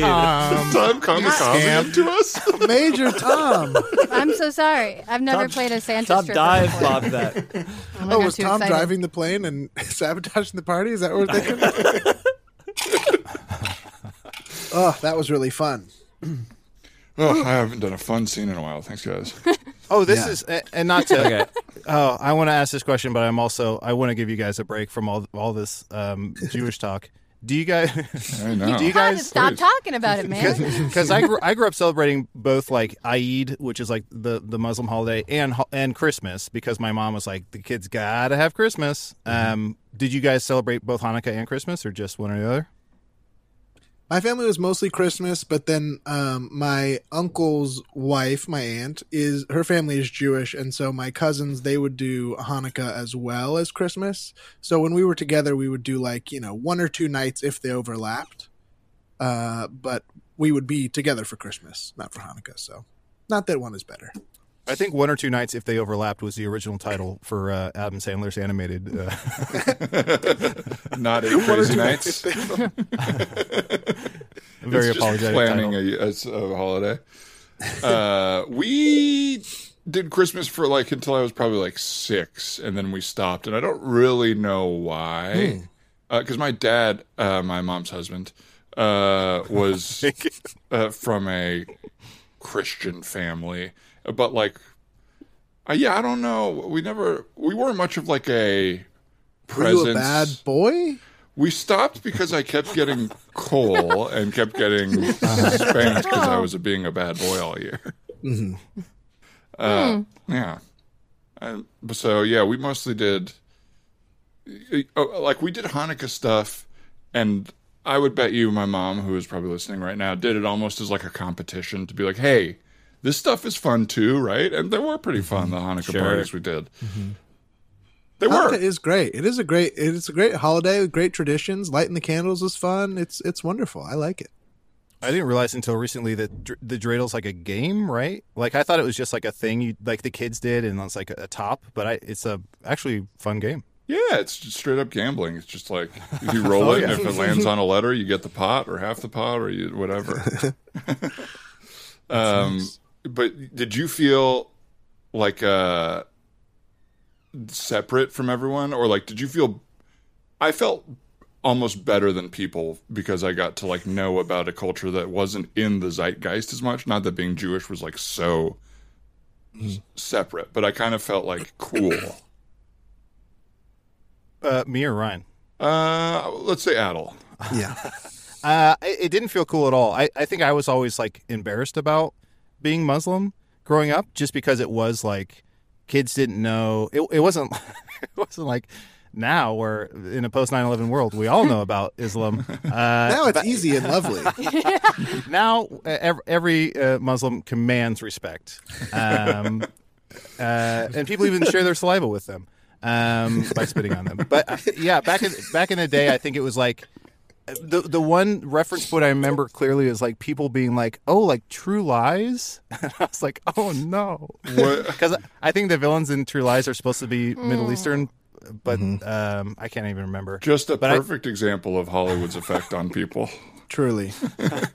Speaker 2: time comes coming to us.
Speaker 5: Major Tom.
Speaker 4: I'm so sorry. I've never played a Santa
Speaker 6: Tom
Speaker 4: stripper
Speaker 6: dive
Speaker 4: before.
Speaker 6: bob that.
Speaker 4: Oh, my
Speaker 5: Oh,
Speaker 4: God,
Speaker 5: was
Speaker 4: too
Speaker 5: Tom
Speaker 4: excited.
Speaker 5: driving the plane and sabotaging the party? Is that what we're thinking? oh, that was really fun.
Speaker 2: Oh, I haven't done a fun scene in a while. Thanks, guys.
Speaker 3: Oh, this
Speaker 5: Yeah.
Speaker 3: is a- and not to. Oh, I want to ask this question, but I'm also I want to give you guys a break from all all this um, Jewish talk. Do you guys?
Speaker 2: I know.
Speaker 3: Do you
Speaker 4: Tom,
Speaker 3: guys?
Speaker 4: just stop
Speaker 2: please.
Speaker 4: talking about it, man.
Speaker 3: Because I grew, I grew up celebrating both like Eid, which is like the, the Muslim holiday, and ho- and Christmas because my mom was like the kids gotta have Christmas.
Speaker 2: Mm-hmm.
Speaker 3: Um, did you guys celebrate both Hanukkah and Christmas, or just one or the other?
Speaker 5: My family was mostly Christmas, but then um, my uncle's wife, my aunt, is her family is Jewish, and so my cousins they would do Hanukkah as well as Christmas. So when we were together, we would do like you know one or two nights if they overlapped, uh, but we would be together for Christmas, not for Hanukkah. So not that one is better.
Speaker 3: I think one or two nights, if they overlapped, was the original title for uh, Adam Sandler's animated. Uh,
Speaker 2: Not eight crazy nights.
Speaker 3: very
Speaker 2: It's just
Speaker 3: apologetic.
Speaker 2: Planning
Speaker 3: title.
Speaker 2: a, a- a holiday. Uh, we did Christmas for like until I was probably like six, and then we stopped, and I don't really know
Speaker 5: Hmm.
Speaker 2: why. Because my dad, uh, my mom's husband, uh, was uh, from a Christian family, but like, uh, yeah, I don't know. We never, we weren't much of like a
Speaker 5: Were you a
Speaker 2: presence.
Speaker 5: bad boy?
Speaker 2: We stopped because I kept getting coal and kept getting spanked because I was being a bad boy all year. Uh, Yeah. And so yeah, we mostly did oh, like we did Hanukkah stuff, and I would bet you my mom, who is probably listening right now, did it almost as like a competition to be like, hey, this stuff is fun too, right? And they were pretty fun the Hanukkah parties we did. They were.
Speaker 5: Hanukkah is great. It is a great. It is a great holiday with great traditions. Lighting the candles is fun. It's it's wonderful. I like it.
Speaker 3: I didn't realize until recently that dr- the dreidel's like a game, right? Like I thought it was just like a thing you like the kids did, and it's like a, a top. But I, it's a actually fun game.
Speaker 2: Yeah, it's just straight up gambling. It's just like you roll it, and if it lands on a letter, you get the pot or half the pot or you, whatever. um, But did you feel like uh, separate from everyone, or like did you feel? I felt almost better than people because I got to like know about a culture that wasn't in the zeitgeist as much. Not that being Jewish was like so s- separate, but I kind of felt like cool.
Speaker 3: Uh, me or Ryan?
Speaker 2: Uh, let's say Adel.
Speaker 5: Yeah.
Speaker 3: Uh, it, it didn't feel cool at all. I, I think I was always like embarrassed about being Muslim growing up, just because it was like kids didn't know. It, it wasn't. it wasn't like now where in a post 9-11 world we all know about Islam. Uh,
Speaker 5: Now it's easy and lovely.
Speaker 3: now uh, ev- every uh, Muslim commands respect, um, uh, and people even share their saliva with them um, by spitting on them. But uh, yeah, back in back in the day, I think it was like the the one reference point I remember clearly is like people being like, "Oh, like True Lies," and I was like, "Oh no,"
Speaker 2: What?
Speaker 3: because I think the villains in True Lies are supposed to be Middle Eastern, but um, I can't even remember.
Speaker 2: Just a
Speaker 3: I-
Speaker 2: perfect example of Hollywood's effect on people.
Speaker 5: Truly.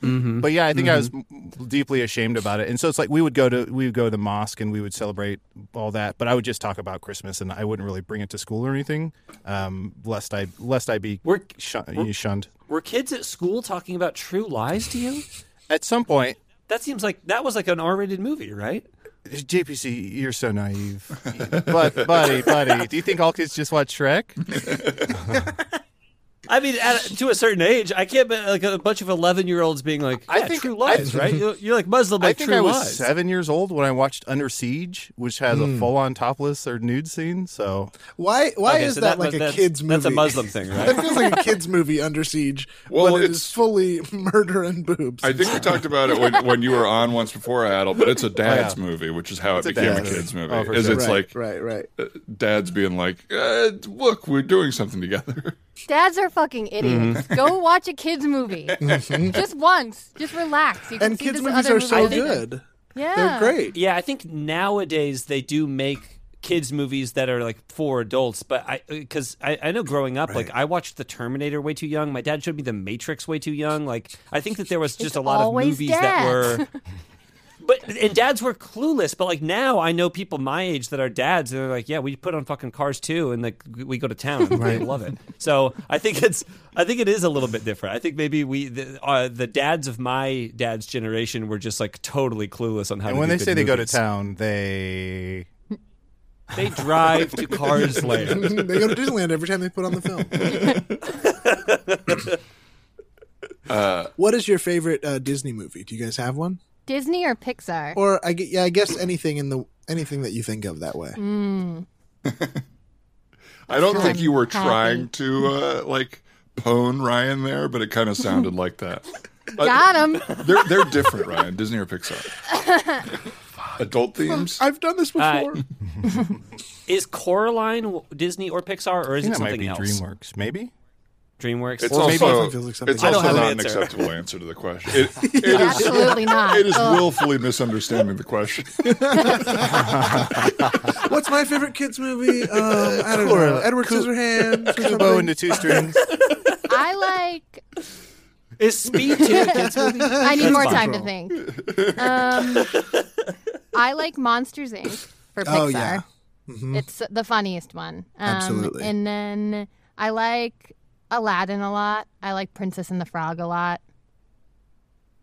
Speaker 3: But yeah, I think I was
Speaker 6: Mm-hmm.
Speaker 3: m- deeply ashamed about it. And so it's like we would go to we would go to the mosque and we would celebrate all that, but I would just talk about Christmas and I wouldn't really bring it to school or anything, um, lest I lest I be
Speaker 6: We're-
Speaker 3: shun- you shunned.
Speaker 6: Were kids at school talking about true lies to you?
Speaker 3: At some point,
Speaker 6: That seems like that was like an R-rated movie, right?
Speaker 3: JPC, you're so naive. but buddy, buddy, do you think all kids just watch Shrek?
Speaker 6: I mean, at, to a certain age, I can't be like a bunch of eleven-year-olds being like,
Speaker 3: I
Speaker 6: "I
Speaker 3: think-
Speaker 6: think true lies, right? You're, you're like Muslim,
Speaker 3: I
Speaker 6: like
Speaker 3: think
Speaker 6: true
Speaker 3: I was
Speaker 6: lies." Hmm.
Speaker 3: seven years old when I watched Under Siege, which has a full on topless or nude scene. So
Speaker 5: Why why
Speaker 6: Okay,
Speaker 5: is
Speaker 6: so
Speaker 5: that,
Speaker 6: that was-
Speaker 5: like a
Speaker 6: that's-
Speaker 5: kids movie?
Speaker 6: that's a Muslim thing, right?
Speaker 5: that feels like a kids movie under siege
Speaker 2: Well,
Speaker 5: when it
Speaker 2: it's-
Speaker 5: is fully murder and boobs.
Speaker 2: I think we talked about it when, when you were on once before, Adel, but it's a dad's
Speaker 3: yeah.
Speaker 2: movie, which is how
Speaker 3: a
Speaker 2: it became a
Speaker 3: dad's
Speaker 2: kid's
Speaker 3: movie.
Speaker 2: movie.
Speaker 3: Oh, for
Speaker 2: is
Speaker 3: sure.
Speaker 2: it's
Speaker 5: right,
Speaker 2: like
Speaker 5: right, right.
Speaker 2: uh, dad's being like, uh, look, we're doing something together.
Speaker 4: Dads are fucking idiots.
Speaker 5: Mm-hmm.
Speaker 4: Go watch a kids movie. just once. Just relax. You can
Speaker 5: And
Speaker 4: see
Speaker 5: kids
Speaker 4: this
Speaker 5: movies
Speaker 4: other
Speaker 5: are
Speaker 4: movie
Speaker 5: so
Speaker 4: later.
Speaker 5: good.
Speaker 4: Yeah,
Speaker 5: They're great.
Speaker 6: Yeah, I think nowadays they do make kids movies that are like for adults, but I because I, I know growing up, like I watched The Terminator way too young. My dad showed me The Matrix way too young. Like I think that there was just
Speaker 4: It's
Speaker 6: a lot of
Speaker 4: always
Speaker 6: movies that
Speaker 4: dads.
Speaker 6: were. But and dads were clueless. But like now, I know people my age that are dads, and they're like, "Yeah, we put on fucking Cars too, and like we go to town, and they love it." So I think it's, I think it is a little bit different. I think maybe we, the, uh, the dads of my dad's generation, were just like totally clueless on how.
Speaker 3: and
Speaker 6: to
Speaker 3: when
Speaker 6: do
Speaker 3: they
Speaker 6: good
Speaker 3: say they go to
Speaker 6: movies.
Speaker 3: town, they
Speaker 6: They drive to Cars Land.
Speaker 5: they go to Disneyland every time they put on the film. what is your favorite uh, Disney movie? Do you guys have one?
Speaker 4: Disney or Pixar?
Speaker 5: Or I gue- yeah, I guess anything in the anything that you think of that way.
Speaker 4: Mm.
Speaker 2: I don't think
Speaker 4: I'm
Speaker 2: you were
Speaker 4: happy.
Speaker 2: trying to, uh, like, pone Ryan there, but it kind of sounded like that. Like,
Speaker 4: Got him.
Speaker 2: They're, they're different, Ryan, Disney or Pixar. Adult themes?
Speaker 5: I've done this before.
Speaker 6: Uh, Is Coraline w- Disney or Pixar, or is
Speaker 3: I think
Speaker 6: it
Speaker 3: that might
Speaker 6: something
Speaker 3: be
Speaker 6: else?
Speaker 3: DreamWorks, maybe.
Speaker 6: DreamWorks.
Speaker 2: It's
Speaker 5: Or maybe
Speaker 2: also,
Speaker 5: something feels like something
Speaker 2: it's
Speaker 5: else.
Speaker 2: also
Speaker 6: I don't have
Speaker 2: not
Speaker 6: an
Speaker 2: an
Speaker 6: answer.
Speaker 2: acceptable answer to the question. It, it is-
Speaker 4: Absolutely not.
Speaker 2: it is
Speaker 6: Uh.
Speaker 4: Ugh.
Speaker 2: willfully misunderstanding the question.
Speaker 5: What's my favorite kids movie? Um, I don't know. Edward Scissorhands. or
Speaker 3: Bow
Speaker 5: something.
Speaker 3: into two strings.
Speaker 4: I like.
Speaker 6: Is Speed too a kids movie?
Speaker 4: I need
Speaker 6: That's
Speaker 4: more
Speaker 6: fine.
Speaker 4: time to think. Um, I like Monsters Inc. for Pixar.
Speaker 5: Oh, yeah.
Speaker 4: It's the funniest one. Um,
Speaker 5: Absolutely.
Speaker 4: And then I like Aladdin a lot. I like Princess and the Frog a lot.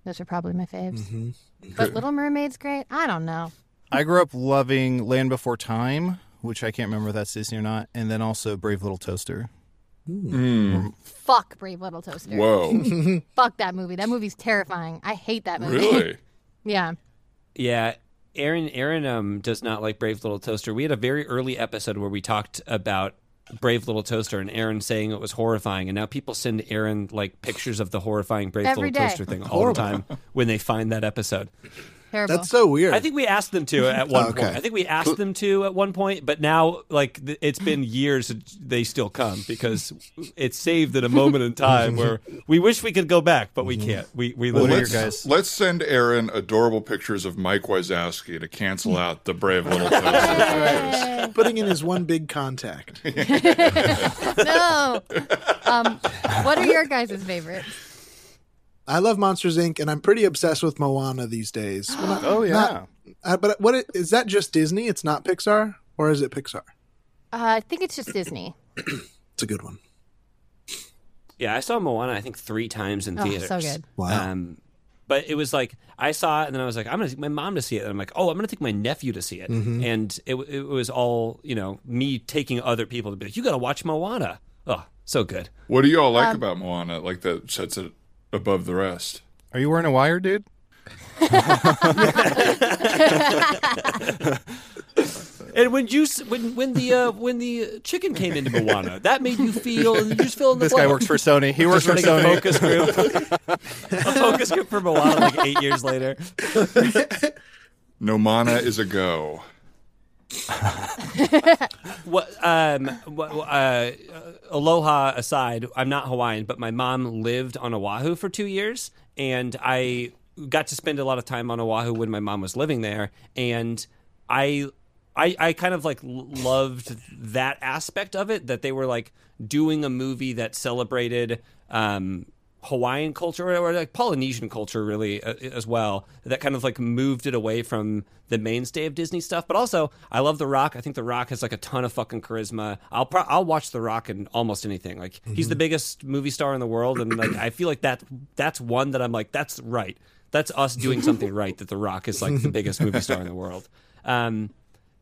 Speaker 4: Those are probably my faves.
Speaker 5: Mm-hmm.
Speaker 4: But Little Mermaid's great. I don't know.
Speaker 3: I grew up loving Land Before Time, which I can't remember if that's Disney or not, and then also Brave Little Toaster.
Speaker 4: Fuck Brave Little Toaster.
Speaker 2: Whoa,
Speaker 4: Fuck that movie. That movie's terrifying. I hate that movie.
Speaker 2: really?
Speaker 4: yeah.
Speaker 6: Yeah. Aaron Aaron um, does not like Brave Little Toaster. We had a very early episode where we talked about Brave Little Toaster and Aaron saying it was horrifying, and now people send Aaron like pictures of the horrifying Brave
Speaker 4: Every
Speaker 6: Little
Speaker 4: day.
Speaker 6: Toaster thing all the time when they find that episode.
Speaker 4: Terrible.
Speaker 5: That's so weird.
Speaker 6: I think we asked them to at one
Speaker 5: Okay.
Speaker 6: point. I think we asked them to at one point, but now like th- it's been years since they still come because it's saved at a moment in time where we wish we could go back, but we can't. We we
Speaker 3: What are your
Speaker 6: live.
Speaker 3: guys?
Speaker 2: Let's send Aaron adorable pictures of Mike Wazowski to
Speaker 6: Mm.
Speaker 2: cancel out the brave little toaster.
Speaker 5: putting in his one big contact.
Speaker 4: no. Um, what are your guys' favorites?
Speaker 5: I love Monsters Inc. and I'm pretty obsessed with Moana these days. Well, not-
Speaker 3: Oh yeah,
Speaker 5: not- uh, but what i- is that? Just Disney? It's not Pixar, or is it Pixar?
Speaker 4: Uh, I think it's just Disney.
Speaker 5: It's a good one.
Speaker 6: Yeah, I saw Moana I think three times in
Speaker 4: Oh, so
Speaker 6: theaters.
Speaker 4: good.
Speaker 5: Wow.
Speaker 6: Um, but it was like I saw it and then I was like, I'm gonna take my mom to see it, and I'm like, oh, I'm gonna take my nephew to see it,
Speaker 3: Mm-hmm.
Speaker 6: and it w- it was all you know me taking other people to be like, you gotta watch Moana. Oh, so good.
Speaker 2: what do you all
Speaker 6: Um,
Speaker 2: like about Moana? Like that sets it above the rest.
Speaker 3: Are you wearing a wire, dude?
Speaker 6: And when you s- when when the uh, when the chicken came into Moana, that made you feel you just feel in the
Speaker 3: This guy
Speaker 6: blank.
Speaker 3: works for Sony. He works for
Speaker 6: Running a
Speaker 3: Sony.
Speaker 6: focus group, a focus group for Moana like eight years later.
Speaker 2: Nomana is a go.
Speaker 6: What um what, uh, aloha aside, I'm not Hawaiian, but my mom lived on Oahu for two years, and I got to spend a lot of time on Oahu when my mom was living there, and I. I, I kind of like l- loved that aspect of it that they were like doing a movie that celebrated um, Hawaiian culture or, or, like Polynesian culture really uh, as well that kind of like moved it away from the mainstay of Disney stuff but also I love The Rock I think The Rock has like a ton of fucking charisma I'll pro- I'll watch The Rock in almost anything like
Speaker 5: Mm-hmm.
Speaker 6: he's the biggest movie star in the world and like I feel like that that's one that I'm like that's right that's us doing something right that The Rock is like the biggest movie star in the world um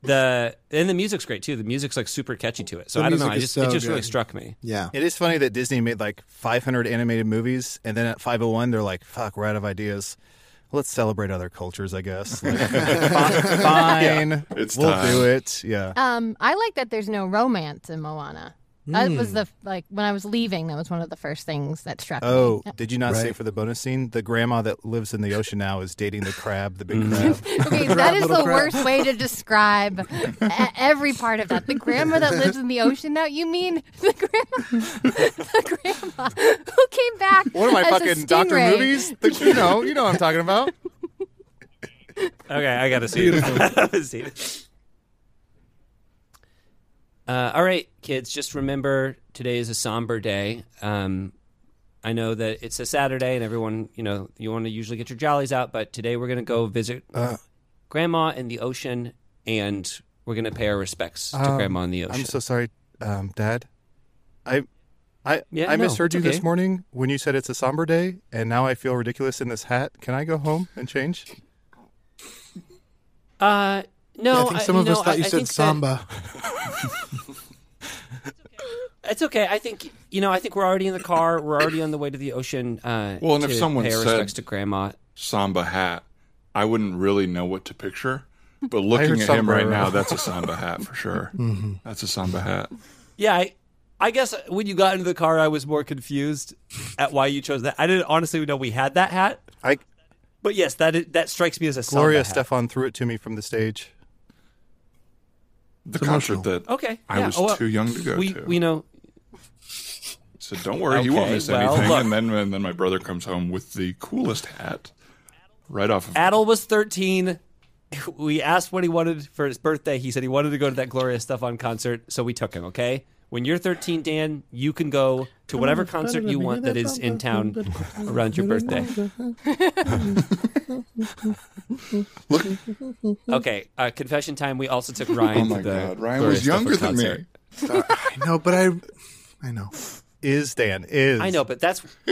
Speaker 6: the and the music's great too the music's like super catchy to it so
Speaker 5: The
Speaker 6: I don't know
Speaker 5: music
Speaker 6: I
Speaker 5: is
Speaker 6: just
Speaker 5: so
Speaker 6: it just really
Speaker 5: good.
Speaker 6: struck me
Speaker 5: yeah.
Speaker 3: It is funny that Disney made like 500 animated movies, and then at 501, they're like, "Fuck, we're out of ideas. Let's celebrate other cultures, I guess." Like, fi- fine,
Speaker 2: it's
Speaker 3: we'll
Speaker 2: time.
Speaker 3: do it. Yeah,
Speaker 4: Um, I like that there's no romance in Moana. That
Speaker 3: Hmm.
Speaker 4: was the like when I was leaving. That was one of the first things that struck
Speaker 3: Oh,
Speaker 4: me.
Speaker 3: did you not say
Speaker 5: Right.
Speaker 3: for the bonus scene? The grandma that lives in the ocean now is dating the crab, the big
Speaker 2: Mm-hmm.
Speaker 3: crab.
Speaker 4: Okay, that is
Speaker 5: little
Speaker 4: the
Speaker 5: crab.
Speaker 4: worst way to describe e- every part of that. The grandma that lives in the ocean now. You mean the grandma, the grandma who came back?
Speaker 3: What am I
Speaker 4: as a
Speaker 3: fucking Doctor
Speaker 4: stingray.
Speaker 3: Movies? The, you know, you know what I'm talking about.
Speaker 6: Okay, I gotta see it. I haven't seen it. Uh, all right, kids, just remember today is a somber day. Um, I know that it's a Saturday and everyone, you know, you want to usually get your jollies out, but today we're gonna go visit
Speaker 5: Uh.
Speaker 6: Grandma in the ocean, and we're gonna pay our respects to
Speaker 3: Um,
Speaker 6: Grandma in the ocean.
Speaker 3: I'm so sorry, um, Dad. I, I,
Speaker 6: Yeah,
Speaker 3: I
Speaker 6: no,
Speaker 3: misheard you
Speaker 6: it's
Speaker 3: this
Speaker 6: okay.
Speaker 3: morning when you said it's a somber day, and now I feel ridiculous in this hat. Can I go home and change?
Speaker 6: uh, no,
Speaker 5: I think some of
Speaker 6: know,
Speaker 5: us thought you
Speaker 6: I
Speaker 5: said
Speaker 6: think that-
Speaker 5: Samba.
Speaker 6: it's okay. I think you know. I think we're already in the car. We're already on the way to the ocean. Uh,
Speaker 2: Well, and if
Speaker 6: to
Speaker 2: someone
Speaker 6: pay our
Speaker 2: said-
Speaker 6: respects to Grandma,
Speaker 2: Samba hat, I wouldn't really know what to picture. But looking at him
Speaker 3: Samba
Speaker 2: right
Speaker 3: around. Mm-hmm.
Speaker 2: now, that's a Samba hat for sure. That's a Samba hat.
Speaker 6: Yeah, I, I guess when you got into the car, I was more confused at why you chose that. I didn't honestly know we had that hat,
Speaker 3: I,
Speaker 6: but yes, that is, that strikes me as a samba
Speaker 3: Gloria
Speaker 6: hat.
Speaker 3: Stefan threw it to me from the stage.
Speaker 2: The concert that
Speaker 6: Okay,
Speaker 2: I
Speaker 6: yeah, oh,
Speaker 2: was
Speaker 6: well,
Speaker 2: too young to go
Speaker 6: We
Speaker 2: to.
Speaker 6: we know.
Speaker 2: So don't worry, you won't
Speaker 6: Okay,
Speaker 2: miss
Speaker 6: well,
Speaker 2: anything.
Speaker 6: look.
Speaker 2: And then and then my brother comes home with the coolest hat, right off of
Speaker 6: Adel was thirteen. We asked what he wanted for his birthday. He said he wanted to go to that Gloria Stefan concert, so we took him. Okay, When you're 13, Dan, you can go to whatever concert you want that is in town around your birthday.
Speaker 2: Look,
Speaker 6: Okay, uh, confession time. We also took Ryan.
Speaker 2: oh my
Speaker 6: to the
Speaker 2: god, Ryan
Speaker 6: Gloria
Speaker 2: was younger
Speaker 6: Stefan
Speaker 2: than me.
Speaker 6: concert.
Speaker 5: I know, but I, I know.
Speaker 3: Is Dan is
Speaker 6: I know, but that's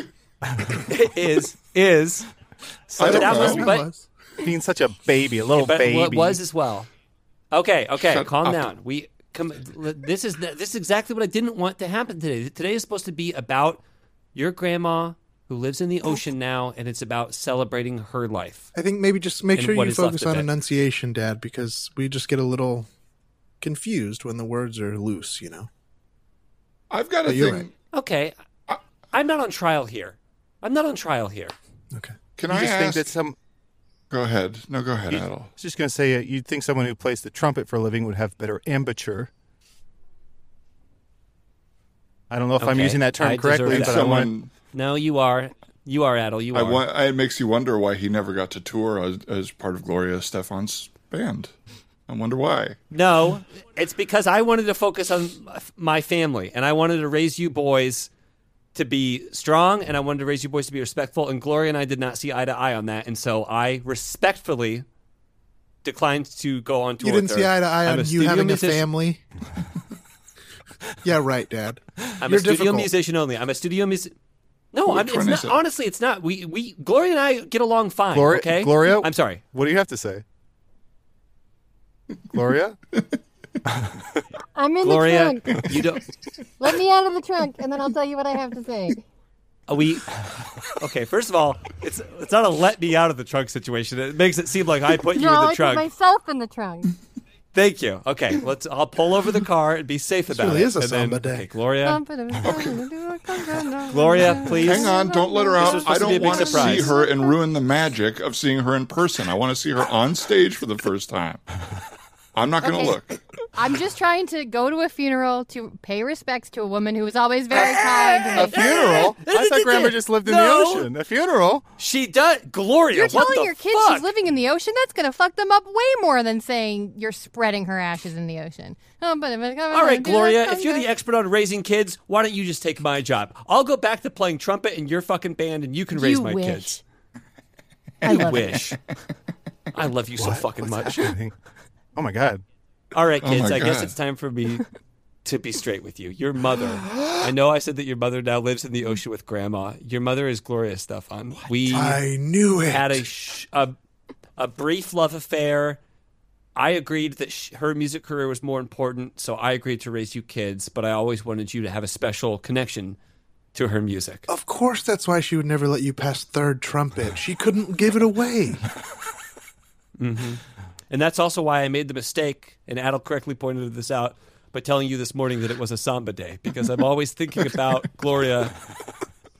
Speaker 6: is is.
Speaker 3: I
Speaker 6: but
Speaker 3: don't
Speaker 6: that
Speaker 2: know.
Speaker 6: was
Speaker 5: I
Speaker 6: but
Speaker 5: was.
Speaker 3: being such a baby, a little
Speaker 6: but
Speaker 3: baby.
Speaker 6: what was as well. Okay, okay,
Speaker 2: Shut
Speaker 6: calm
Speaker 2: up.
Speaker 6: down. We come. This is this is exactly what I didn't want to happen today. Today is supposed to be about your grandma who lives in the ocean now, and it's about celebrating her life.
Speaker 5: I think maybe just make
Speaker 6: And
Speaker 5: sure
Speaker 6: what
Speaker 5: you
Speaker 6: is left
Speaker 5: focus
Speaker 6: of
Speaker 5: on
Speaker 6: it.
Speaker 5: enunciation, Dad, because we just get a little confused when the words are loose. You know.
Speaker 2: I've got a
Speaker 5: But you're
Speaker 2: thing.
Speaker 5: right.
Speaker 6: Okay, I, I'm not on trial here. I'm not on trial here.
Speaker 5: Okay.
Speaker 2: Can
Speaker 3: You
Speaker 2: I
Speaker 3: just
Speaker 2: ask?
Speaker 3: think that some.
Speaker 2: Go ahead. No, go ahead,
Speaker 3: You, I
Speaker 2: Adel.
Speaker 3: was just gonna say uh, you'd think someone who plays the trumpet for a living would have better ambiture. I don't know if I'm
Speaker 6: Okay,
Speaker 3: using that term
Speaker 6: I deserve
Speaker 3: correctly,
Speaker 6: that.
Speaker 3: but I want.
Speaker 2: Someone
Speaker 6: No, you are. You are Adel. You
Speaker 2: I
Speaker 6: are.
Speaker 2: want. It makes you wonder why he never got to tour as, as part of Gloria Stefan's band. I wonder why.
Speaker 6: No, it's because I wanted to focus on my family and I wanted to raise you boys to be strong and I wanted to raise you boys to be respectful. And Gloria and I did not see eye to eye on that. And so I respectfully declined to go on tour.
Speaker 5: You didn't
Speaker 6: with
Speaker 5: see
Speaker 6: her.
Speaker 5: eye to eye
Speaker 6: I'm
Speaker 5: on
Speaker 6: a
Speaker 5: you
Speaker 6: studio
Speaker 5: having
Speaker 6: musician-
Speaker 5: a family. yeah, right, Dad.
Speaker 6: I'm
Speaker 5: You're
Speaker 6: a studio
Speaker 5: difficult.
Speaker 6: musician only. I'm a studio musician. No, I'm,
Speaker 2: Which
Speaker 6: it's
Speaker 2: one
Speaker 6: not.
Speaker 2: is it?
Speaker 6: Honestly, it's not. We, we, Gloria and I get along fine.
Speaker 3: Gloria,
Speaker 6: okay.
Speaker 3: Gloria,
Speaker 6: I'm sorry.
Speaker 3: What do you have to say, Gloria?
Speaker 4: I'm in
Speaker 6: Gloria,
Speaker 4: the trunk.
Speaker 6: you don't.
Speaker 4: Let me out of the trunk, and then I'll tell you what I have to say.
Speaker 6: Uh, We okay. First of all, it's it's not a let me out of the trunk situation. It makes it seem like I put you
Speaker 4: no,
Speaker 6: in
Speaker 4: I
Speaker 6: the trunk.
Speaker 4: put myself in the trunk.
Speaker 6: Thank you. Okay, let's. I'll pull over the car and be safe about
Speaker 5: really
Speaker 6: it.
Speaker 5: is a
Speaker 6: And then-
Speaker 5: samba day.
Speaker 6: Okay,
Speaker 4: Um,
Speaker 6: Gloria. Gloria,
Speaker 4: Gloria,
Speaker 6: please.
Speaker 2: Hang on, don't let her
Speaker 6: This
Speaker 2: out.
Speaker 6: was
Speaker 2: I
Speaker 6: supposed to be a
Speaker 2: don't
Speaker 6: big
Speaker 2: want to see
Speaker 6: surprise.
Speaker 2: her and ruin the magic of seeing her in person. I want to see her on stage for the first time. I'm not going to
Speaker 4: Okay.
Speaker 2: look.
Speaker 4: I'm just trying to go to a funeral to pay respects to a woman who was always very kind. and
Speaker 3: A
Speaker 4: like,
Speaker 3: funeral? I thought Grandma just lived in
Speaker 6: No.
Speaker 3: the ocean. A funeral?
Speaker 6: She does. Gloria,
Speaker 4: You're
Speaker 6: what
Speaker 4: telling
Speaker 6: the
Speaker 4: your kid
Speaker 6: fuck?
Speaker 4: she's living in the ocean? That's going to fuck them up way more than saying you're spreading her ashes in the ocean. Oh, All
Speaker 6: All
Speaker 4: right,
Speaker 6: right, Gloria, if you're the expert on raising kids, why don't you just take my job? I'll go back to playing trumpet in your fucking band, and you can raise
Speaker 4: You
Speaker 6: my
Speaker 4: wish.
Speaker 6: kids.
Speaker 4: I
Speaker 6: You
Speaker 4: love it.
Speaker 6: wish. I love you so fucking much.
Speaker 3: Oh my god!
Speaker 6: All right,
Speaker 2: Oh my
Speaker 6: kids. I guess
Speaker 2: God.
Speaker 6: it's time for me to be straight with you. Your mother. I know I said that your mother now lives in the ocean with grandma. Your mother is Gloria Stefan. We
Speaker 5: I knew it.
Speaker 6: had a, sh- a a brief love affair. I agreed that sh- her music career was more important, so I agreed to raise you kids. But I always wanted you to have a special connection to her music.
Speaker 5: Of course, that's why she would never let you pass third trumpet. She couldn't give it away.
Speaker 6: And that's also why I made the mistake, and Adel correctly pointed this out by telling you this morning that it was a samba day, because I'm always thinking about Gloria,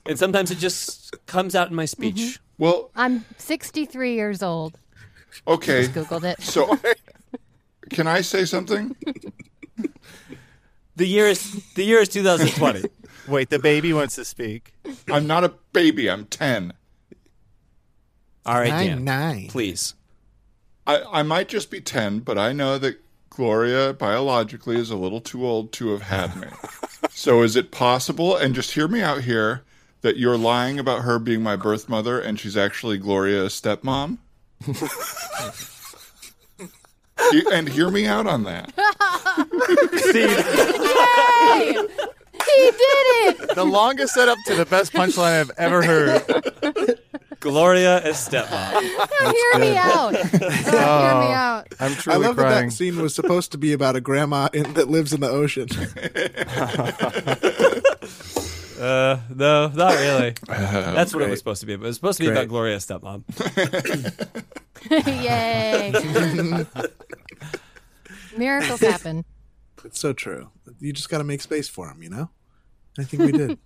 Speaker 6: and sometimes it just comes out in my speech.
Speaker 2: Mm-hmm. Well,
Speaker 4: I'm 63 years old.
Speaker 2: okay.
Speaker 4: Googled it.
Speaker 2: So, can I say something?
Speaker 6: The year is the year is 2020.
Speaker 3: Wait, the baby wants to speak.
Speaker 2: I'm not a baby. I'm 10.
Speaker 6: All right,
Speaker 5: Nine
Speaker 6: Dan,
Speaker 5: nine.
Speaker 6: please.
Speaker 2: I, I might just be 10, but I know that Gloria biologically is a little too old to have had me. so is it possible, and just hear me out here, that you're lying about her being my birth mother and she's actually Gloria's stepmom? You- and hear me out on that.
Speaker 4: Hey! he did it!
Speaker 3: The longest setup to the best punchline I've ever heard.
Speaker 6: Gloria is stepmom.
Speaker 4: Now hear me out. Now hear me out.
Speaker 3: I'm
Speaker 5: I
Speaker 3: truly
Speaker 5: love that
Speaker 3: crying.
Speaker 5: that scene was supposed to be about a grandma in, that lives in the ocean.
Speaker 6: Uh, no, not really.
Speaker 2: Oh,
Speaker 6: That's what it was supposed to be. It was supposed to be
Speaker 5: Great.
Speaker 6: about Gloria stepmom.
Speaker 4: Yay. Miracles happen.
Speaker 5: it's so true. You just got to make space for him, you know? I think we did.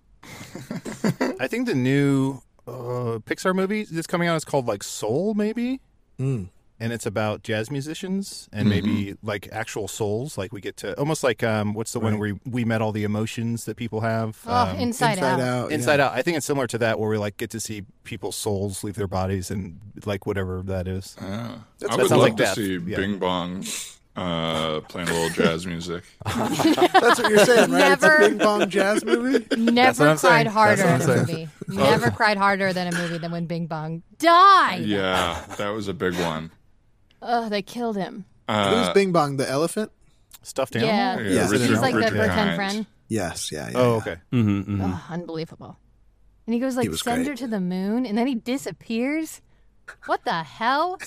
Speaker 3: I think the new uh, Pixar movie that's coming out is called like Soul, maybe,
Speaker 6: Hmm.
Speaker 3: and it's about jazz musicians and maybe like actual souls. Like we get to almost like um, what's the one where we, we met all the emotions that people have.
Speaker 4: Oh,
Speaker 3: um,
Speaker 4: inside, out.
Speaker 5: yeah.
Speaker 3: Inside Out. I think it's similar to that, where we like get to see people's souls leave their bodies and like whatever that is.
Speaker 2: Yeah.
Speaker 5: That's-
Speaker 2: I
Speaker 5: that
Speaker 2: would
Speaker 3: sounds
Speaker 2: love
Speaker 3: like
Speaker 2: to
Speaker 3: death.
Speaker 2: see
Speaker 3: Yeah.
Speaker 2: Bing Bong uh, playing a little jazz music.
Speaker 5: That's what you're saying, right? It's
Speaker 4: Never.
Speaker 5: a ping pong jazz movie.
Speaker 3: what
Speaker 4: Never
Speaker 3: I'm saying.
Speaker 4: cried harder
Speaker 3: That's
Speaker 4: at
Speaker 3: what
Speaker 4: a
Speaker 3: I'm
Speaker 4: movie. Never cried harder than a movie than when Bing Bong died.
Speaker 2: Yeah, that was a big one.
Speaker 4: Ugh, they killed him.
Speaker 6: Uh,
Speaker 5: Who's Bing Bong the elephant?
Speaker 3: Stuffed animal.
Speaker 4: Yeah.
Speaker 2: Yeah,
Speaker 5: Yes,
Speaker 4: He's
Speaker 5: Richard-
Speaker 4: like the
Speaker 2: Richard
Speaker 4: pretend
Speaker 2: Kind.
Speaker 4: friend.
Speaker 5: Yes, yeah, yeah.
Speaker 3: Oh,
Speaker 5: yeah.
Speaker 3: okay.
Speaker 4: Ugh, unbelievable. And he goes like,
Speaker 5: was
Speaker 4: send
Speaker 5: great.
Speaker 4: her to the moon, and then he disappears. What the hell?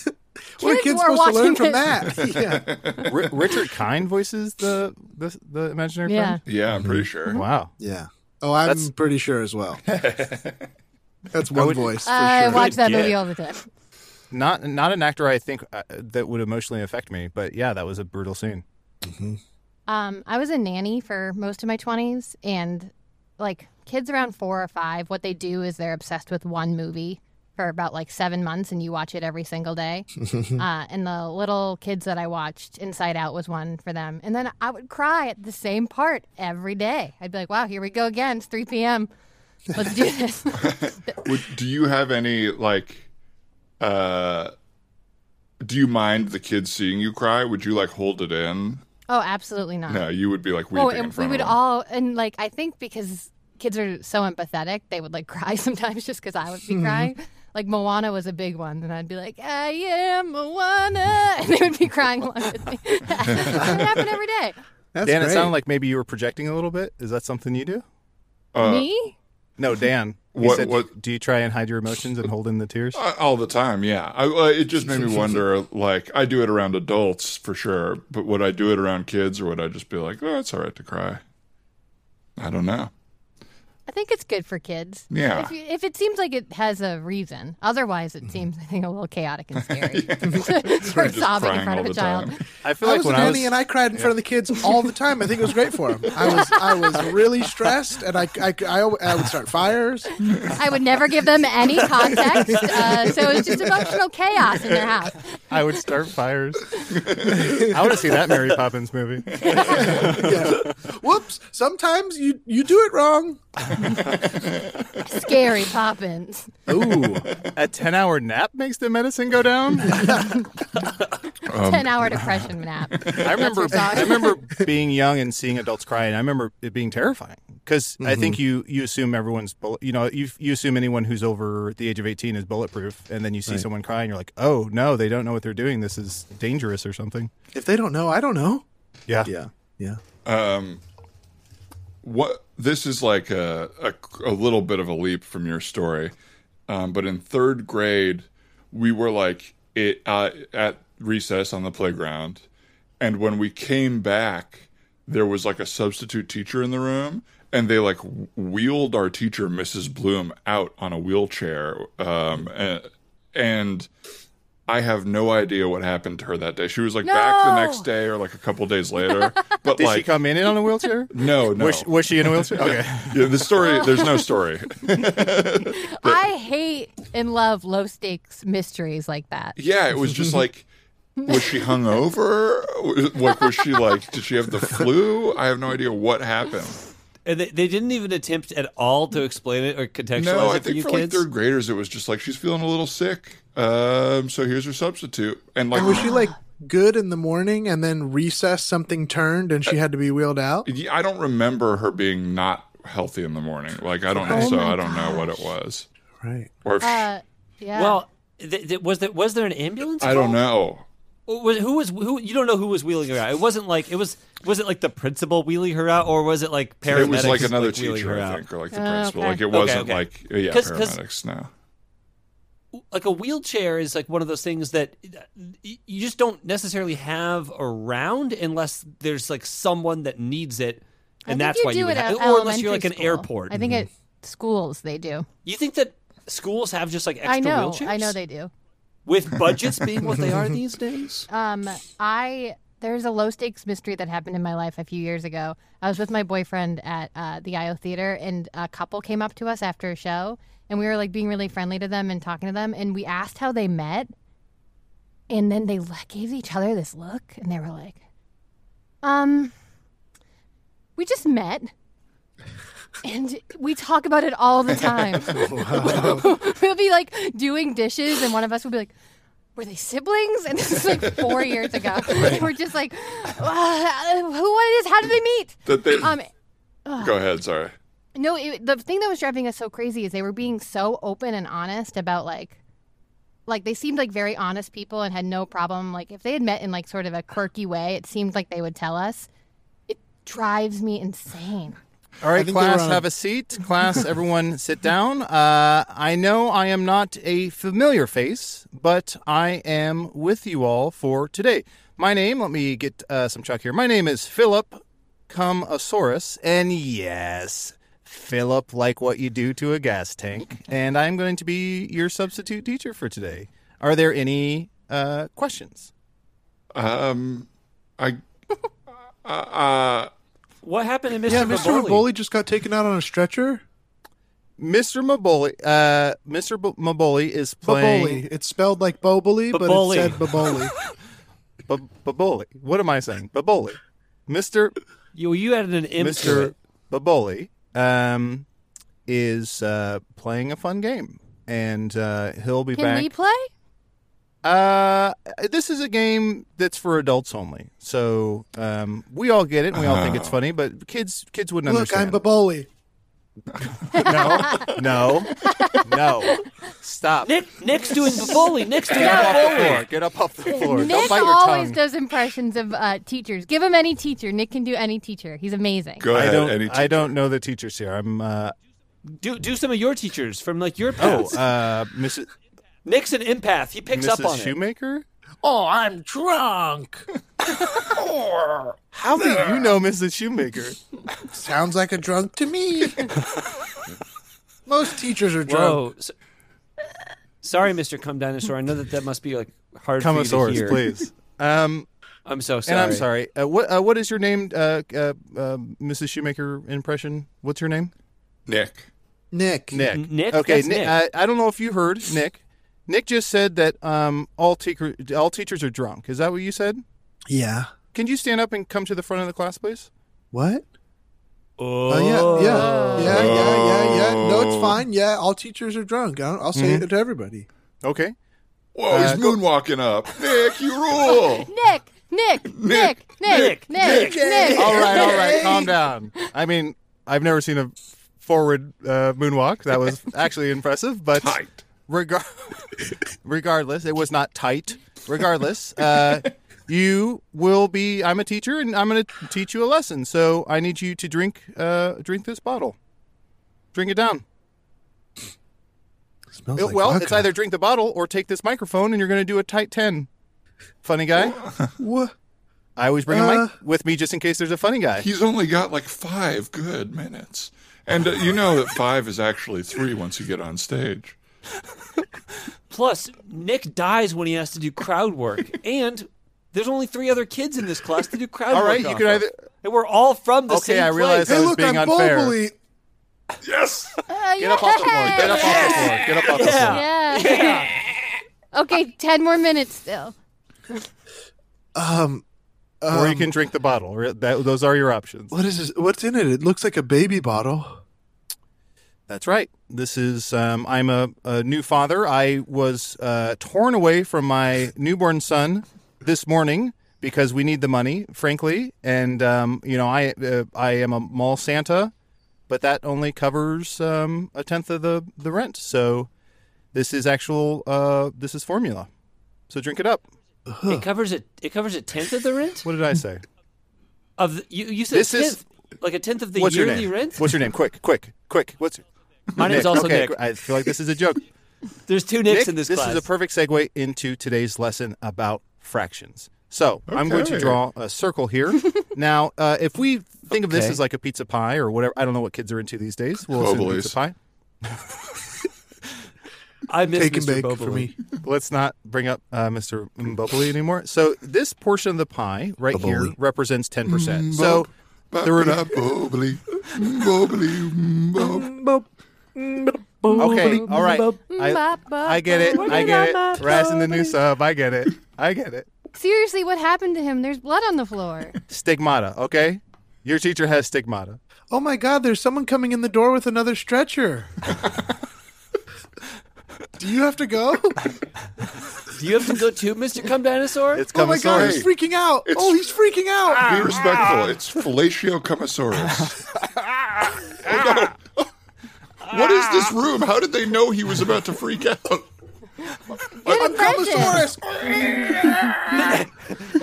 Speaker 5: What are
Speaker 4: Kids
Speaker 5: kids
Speaker 4: were
Speaker 5: supposed to learn
Speaker 4: watching
Speaker 5: from
Speaker 4: it.
Speaker 5: that? yeah.
Speaker 3: R- Richard Kind voices the the, the imaginary
Speaker 4: Yeah.
Speaker 2: Yeah, I'm pretty sure.
Speaker 3: friend. Wow.
Speaker 5: Yeah. Oh, I'm
Speaker 3: That's-
Speaker 5: pretty sure as well. That's one voice for
Speaker 4: I
Speaker 5: sure.
Speaker 4: watch that
Speaker 6: Yeah.
Speaker 4: movie all the time.
Speaker 3: Not not an actor I think uh, that would emotionally affect me, but yeah, that was a brutal scene.
Speaker 4: Um, I was a nanny for most of my 20s, and like kids around four or five, what they do is they're obsessed with one movie for about like seven months, and you watch it every single day. uh, and the little kids that I watched, Inside Out was one for them. And then I would cry at the same part every day. I'd be like, wow, here we go again. It's 3 p.m. Let's do this. Mm-hmm.
Speaker 2: Would, do you have any like? uh Do you mind the kids seeing you cry? Would you like hold it in?
Speaker 4: oh, absolutely not.
Speaker 2: No, you would be like weeping
Speaker 4: Oh,
Speaker 2: in
Speaker 4: and we
Speaker 2: front
Speaker 4: would
Speaker 2: of them.
Speaker 4: all, and like I think because kids are so empathetic, they would like cry sometimes just because I would
Speaker 2: Mm-hmm.
Speaker 4: be crying. Like Moana was a big one, and I'd be like, "I am Moana," and they would be crying along with me. it happened every day.
Speaker 5: That's
Speaker 3: Dan,
Speaker 5: great.
Speaker 3: it sounded like maybe you were projecting a little bit. Is that something you do?
Speaker 2: Uh,
Speaker 4: me?
Speaker 3: No, Dan. He
Speaker 2: What-
Speaker 3: said,
Speaker 2: what-
Speaker 3: Do you try and hide your emotions and hold in the tears?
Speaker 2: Uh, all the time yeah I, uh, it just made me wonder like i do it around adults for sure but would i do it around kids or would i just be like oh it's all right to cry i don't know
Speaker 4: I think it's good for kids.
Speaker 2: Yeah. Mm-hmm.
Speaker 4: If, you, if it seems like it has a reason, otherwise it seems I think a little chaotic and scary. Or
Speaker 2: just
Speaker 4: sobbing
Speaker 2: crying
Speaker 4: in front of
Speaker 2: all
Speaker 4: a
Speaker 2: the
Speaker 4: child.
Speaker 2: time.
Speaker 3: I feel like
Speaker 5: I was a
Speaker 3: when I
Speaker 5: nanny
Speaker 3: was
Speaker 5: and I cried in front of the kids all the time. I think it was great for them. I was I was really stressed, and I I, I, al- I would start fires.
Speaker 4: I would never give them any context, uh, so it's just emotional chaos in their house.
Speaker 3: I would start fires. I want to see that Mary Poppins movie.
Speaker 5: Yeah. Whoops! Sometimes you you do it wrong.
Speaker 4: Scary Poppins.
Speaker 3: Ooh, a ten-hour nap makes the medicine go down.
Speaker 4: Ten hour depression nap.
Speaker 3: I remember.
Speaker 4: That's your dog.
Speaker 3: I remember being young and seeing adults cry, and I remember it being terrifying because I
Speaker 2: Mm-hmm.
Speaker 3: think you you assume everyone's bullet. You know, you you assume anyone who's over the age of eighteen is bulletproof, and then you see someone cry, and you're like, oh no, they don't know what they're doing. This is dangerous or something.
Speaker 5: If they don't know, I don't know.
Speaker 3: Yeah.
Speaker 5: Yeah, yeah.
Speaker 2: what this is like a, a, a little bit of a leap from your story um, but in third grade we were like it, uh, at recess on the playground and when we came back there was like a substitute teacher in the room and they like w- wheeled our teacher mrs bloom out on a wheelchair um, and, and i have no idea what happened to her that day she was like back the
Speaker 4: No!
Speaker 2: next day or like a couple days later but
Speaker 3: Did she
Speaker 2: like
Speaker 3: come in on a wheelchair?
Speaker 2: no no
Speaker 3: Was, was she in a wheelchair? Okay.
Speaker 2: yeah, the story. There's no story.
Speaker 4: I hate and love low stakes mysteries like that.
Speaker 2: Yeah, it was just like, was she hungover? Like, was she like? Did she have the flu? I have no idea what happened.
Speaker 6: And they, they didn't even attempt at all to explain it or contextualize
Speaker 2: No, I
Speaker 6: it for
Speaker 2: think
Speaker 6: you
Speaker 2: for like
Speaker 6: kids.
Speaker 2: third graders, it was just like she's feeling a little sick. Um, so here's her substitute, and
Speaker 6: Oh,
Speaker 2: like,
Speaker 5: Was she like good in the morning, and then recess something turned, and she had to be wheeled out?
Speaker 2: Yeah, I don't remember her being not healthy in the morning. Like, I don't.
Speaker 6: Oh
Speaker 2: so
Speaker 4: my
Speaker 2: I don't know what it was,
Speaker 5: Right.
Speaker 2: or if she-
Speaker 4: Uh, yeah.
Speaker 6: well, th- th- was there was there an ambulance?
Speaker 2: I don't
Speaker 6: call?
Speaker 2: know.
Speaker 6: Or Was, who was who? You don't know who was wheeling her out. It wasn't like it was. Was it like the principal wheeling her out, or was it like paramedics?
Speaker 2: It was like another
Speaker 6: wheeling
Speaker 2: teacher,
Speaker 6: her
Speaker 2: I
Speaker 6: out?
Speaker 2: think, or like the
Speaker 4: Oh,
Speaker 2: principal.
Speaker 4: okay.
Speaker 2: Like it
Speaker 6: Okay,
Speaker 2: wasn't
Speaker 6: okay.
Speaker 2: like yeah,
Speaker 6: 'Cause- 'cause-
Speaker 2: paramedics. No.
Speaker 6: like a wheelchair is like one of those things that y- you just don't necessarily have around unless there's like someone that needs it,
Speaker 4: I think
Speaker 6: and that's
Speaker 4: you
Speaker 6: why
Speaker 4: do
Speaker 6: you would
Speaker 4: it
Speaker 6: have,
Speaker 4: at
Speaker 6: or unless
Speaker 4: elementary
Speaker 6: you're like an
Speaker 4: school.
Speaker 6: airport. Mm-hmm.
Speaker 4: I think at schools they do.
Speaker 6: you think that schools have just like extra
Speaker 4: I know.
Speaker 6: wheelchairs.
Speaker 4: I know they do.
Speaker 6: with budgets being what they are these days.
Speaker 4: Um, I there's a low stakes mystery that happened in my life a few years ago. I was with my boyfriend at uh, the IO Theater, and a couple came up to us after a show, and we were like being really friendly to them and talking to them, and we asked how they met, and then they like, gave each other this look, and they were like, "Um, we just met." And we talk about it all the time. we'll be like doing dishes, and one of us will be like, were they siblings? And this is like four years ago. They were just like, "Ah, who? What is? How did they meet?
Speaker 2: That they-
Speaker 4: um,
Speaker 2: Go ahead. Sorry.
Speaker 4: no, it, the thing that was driving us so crazy is they were being so open and honest about like, like they seemed like very honest people and had no problem. Like if they had met in like sort of a quirky way, it seemed like they would tell us. It drives me insane.
Speaker 3: All right,
Speaker 5: think they were
Speaker 3: class,
Speaker 5: on-
Speaker 3: have a seat. Class, everyone, sit down. Uh, I know I am not a familiar face, but I am with you all for today. My name, let me get uh, some chalk here. My name is Philip Cumasaurus, and yes, Philip, like what you do to a gas tank. And I'm going to be your substitute teacher for today. Are there any uh, questions?
Speaker 2: Um, I, uh, uh,
Speaker 6: What happened to Mr.
Speaker 5: Yeah, Mr.
Speaker 6: Maboli?
Speaker 5: Riboli just got taken out on a stretcher.
Speaker 3: Mr. Maboli, uh, Mr. B- Maboli is playing.
Speaker 5: Baboli. It's spelled like Boboli, but
Speaker 6: Baboli.
Speaker 5: it said Baboli.
Speaker 3: B- Baboli. What am I saying? Baboli. Mr.
Speaker 6: You, you added an M to
Speaker 3: Mr.
Speaker 6: it.
Speaker 3: Baboli um, is uh, playing a fun game, and uh, he'll be
Speaker 4: Can
Speaker 3: back.
Speaker 4: we play?
Speaker 3: Uh, this is a game that's for adults only, so um, we all get it. and We all think it's funny, but kids kids wouldn't
Speaker 5: Look, I'm
Speaker 3: understand.
Speaker 5: Baboli.
Speaker 3: no, no, no. Stop.
Speaker 6: Nick, Nick's doing Baboli. Nick's doing
Speaker 3: Get up off the floor.
Speaker 6: Baboli.
Speaker 3: Get up off the floor. Don't
Speaker 4: Nick
Speaker 3: bite your
Speaker 4: always
Speaker 3: tongue.
Speaker 4: does impressions of uh, teachers. Give him any teacher. Nick can do any teacher. He's amazing.
Speaker 2: go
Speaker 3: I
Speaker 2: ahead.
Speaker 3: don't.
Speaker 2: Any t-
Speaker 3: I don't know the teachers here. I'm. Uh,
Speaker 6: Do, do some of your teachers from like your
Speaker 3: oh,
Speaker 6: past.
Speaker 3: uh, Mrs.
Speaker 6: Nick's an empath. He picks up on
Speaker 3: Mrs.
Speaker 6: it.
Speaker 3: Shoemaker.
Speaker 7: Oh, I'm drunk.
Speaker 3: How do you know Mrs. Shoemaker?
Speaker 5: Sounds like a drunk to me. Most teachers are drunk.
Speaker 6: Whoa. So- sorry, Mr. Cum Dinosaur. I know that that must be like hard for you to
Speaker 3: Comosaurus,
Speaker 6: hear.
Speaker 3: please. Um,
Speaker 6: I'm so sorry.
Speaker 3: and I'm sorry. Uh, what uh, what is your name, uh, uh, uh, Mrs. Shoemaker impression? What's your name?
Speaker 2: Nick.
Speaker 5: Nick.
Speaker 3: Nick.
Speaker 6: Nick?
Speaker 3: Okay,
Speaker 6: That's
Speaker 3: Nick.
Speaker 6: Nick.
Speaker 3: I, I don't know if you heard Nick. Nick just said that um, all teacher all teachers are drunk. Is that what you said?
Speaker 5: Yeah.
Speaker 3: Can you stand up and come to the front of the class, please?
Speaker 5: What?
Speaker 6: Oh,
Speaker 5: Oh, yeah, yeah, yeah, yeah, yeah, yeah. No,
Speaker 3: Oh.
Speaker 5: it's fine. Yeah, all teachers are drunk. I'll, I'll
Speaker 3: Mm-hmm.
Speaker 5: say it to everybody.
Speaker 3: Okay.
Speaker 2: Whoa, he's moonwalking up. Nick, you rule.
Speaker 4: Nick, Nick, Nick, Nick, Nick,
Speaker 6: Nick,
Speaker 4: Nick.
Speaker 3: All right, all right. Calm down. I mean, I've never seen a forward uh, moonwalk. That was actually impressive, but
Speaker 2: Tight.
Speaker 3: Regar- regardless, it was not tight. Regardless, uh, you will be. I'm a teacher, and I'm going to teach you a lesson. So I need you to drink, uh, drink this bottle. Drink it down.
Speaker 5: Smells like
Speaker 3: well, it's
Speaker 5: vodka.
Speaker 3: either drink the bottle or take this microphone, and you're going to do a tight ten. Funny guy.
Speaker 5: Wha-
Speaker 3: I always bring a
Speaker 5: Uh.
Speaker 3: mic with me just in case there's a funny guy.
Speaker 2: He's only got like five good minutes. And uh, you know that five is actually three once you get on stage.
Speaker 6: Plus, Nick dies when he has to do crowd work, and there's only three other kids in this class to do crowd
Speaker 3: All
Speaker 6: work.
Speaker 3: right, you
Speaker 6: off
Speaker 3: can
Speaker 6: of.
Speaker 3: either-
Speaker 6: And we're all from the
Speaker 3: Okay,
Speaker 6: same
Speaker 3: I realize
Speaker 6: place.
Speaker 3: I
Speaker 5: Hey,
Speaker 3: was
Speaker 5: look,
Speaker 3: being
Speaker 5: I'm
Speaker 3: unfair.
Speaker 5: Boboli.
Speaker 2: Yes.
Speaker 3: Get up off the floor. Get up off the floor. Get up off the floor.
Speaker 6: Yeah.
Speaker 4: Uh, Yeah. Okay, ten more minutes still.
Speaker 5: Um,
Speaker 3: or you
Speaker 5: um,
Speaker 3: can drink the bottle. Re- That, those are your options.
Speaker 5: What is this? What's in it? It looks like a baby bottle.
Speaker 3: That's right. This is um, I'm a, a new father. I was uh, torn away from my newborn son this morning because we need the money, frankly. And um, you know, I uh, I am a mall Santa, but that only covers um, a tenth of the the rent. So this is actual. Uh, this is formula. So drink it up.
Speaker 6: It covers a it covers a tenth of the rent
Speaker 3: What did I say?
Speaker 6: of the, you. You said
Speaker 3: This
Speaker 6: a
Speaker 3: is-
Speaker 6: tenth, like a tenth of the
Speaker 3: What's your
Speaker 6: yearly
Speaker 3: name?
Speaker 6: rent.
Speaker 3: What's your name? Quick, quick, quick. What's
Speaker 6: My
Speaker 3: Nick.
Speaker 6: name's also
Speaker 3: okay,
Speaker 6: Nick.
Speaker 3: I feel like this is a joke.
Speaker 6: There's two Nicks in this,
Speaker 3: this
Speaker 6: class.
Speaker 3: is a perfect segue into today's lesson about fractions. So I'm going to
Speaker 2: Okay.
Speaker 3: draw a circle here. now, uh, if we think of this
Speaker 6: Okay.
Speaker 3: as like a pizza pie or whatever, I don't know what kids are into these days. We'll assume
Speaker 2: Hobos.
Speaker 3: pizza pie.
Speaker 6: I miss
Speaker 5: Take
Speaker 6: Mr.
Speaker 5: and bake
Speaker 6: Boboli.
Speaker 5: for me.
Speaker 3: Let's not bring up uh, Mr. Mbobbly anymore. So this portion of the pie right here
Speaker 5: Mbobbly.
Speaker 3: represents 10%. so
Speaker 2: There
Speaker 3: there
Speaker 2: were
Speaker 3: were-
Speaker 2: bobbly, bobbly, bob.
Speaker 3: Okay, all right. I,
Speaker 4: Bop, bop,
Speaker 3: I get it.
Speaker 4: bop.
Speaker 3: I get it. Raz in the new sub. I get it. I get it.
Speaker 4: Seriously, what happened to him? There's blood on the floor.
Speaker 3: Stigmata, okay? Your teacher has stigmata.
Speaker 5: Oh my God! There's someone coming in the door with another stretcher. Do you have to go?
Speaker 6: Do you have to go too, Mister Come Dinosaur?
Speaker 3: It's
Speaker 5: oh my god,
Speaker 3: Commissary.
Speaker 5: he's freaking out. oh, he's freaking out.
Speaker 3: Ah.
Speaker 2: Be respectful. It's fellatio commissaurus. Oh, no. what is this room? How did they know he was about to freak out?
Speaker 5: I'm Commissaurus.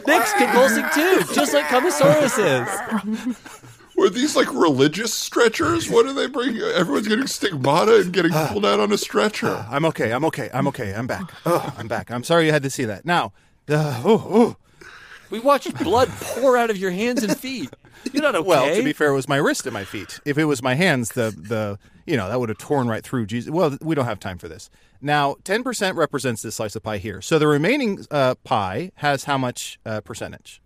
Speaker 6: Nick's convulsing too, just like Commissaurus is.
Speaker 2: Were these like religious stretchers? What are they bringing? Everyone's getting stigmata and getting pulled out on a stretcher.
Speaker 3: I'm okay. I'm okay. I'm okay. I'm back. Oh, I'm back. I'm sorry you had to see that. Now, uh, oh, oh.
Speaker 6: We watched blood pour out of your hands and feet. You're not okay.
Speaker 3: Well, to be fair, it was my wrist and my feet. If it was my hands, the the you know that would have torn right through. Jesus. Well, we don't have time for this. Now, ten percent represents this slice of pie here. So the remaining uh, pie has how much uh, percentage?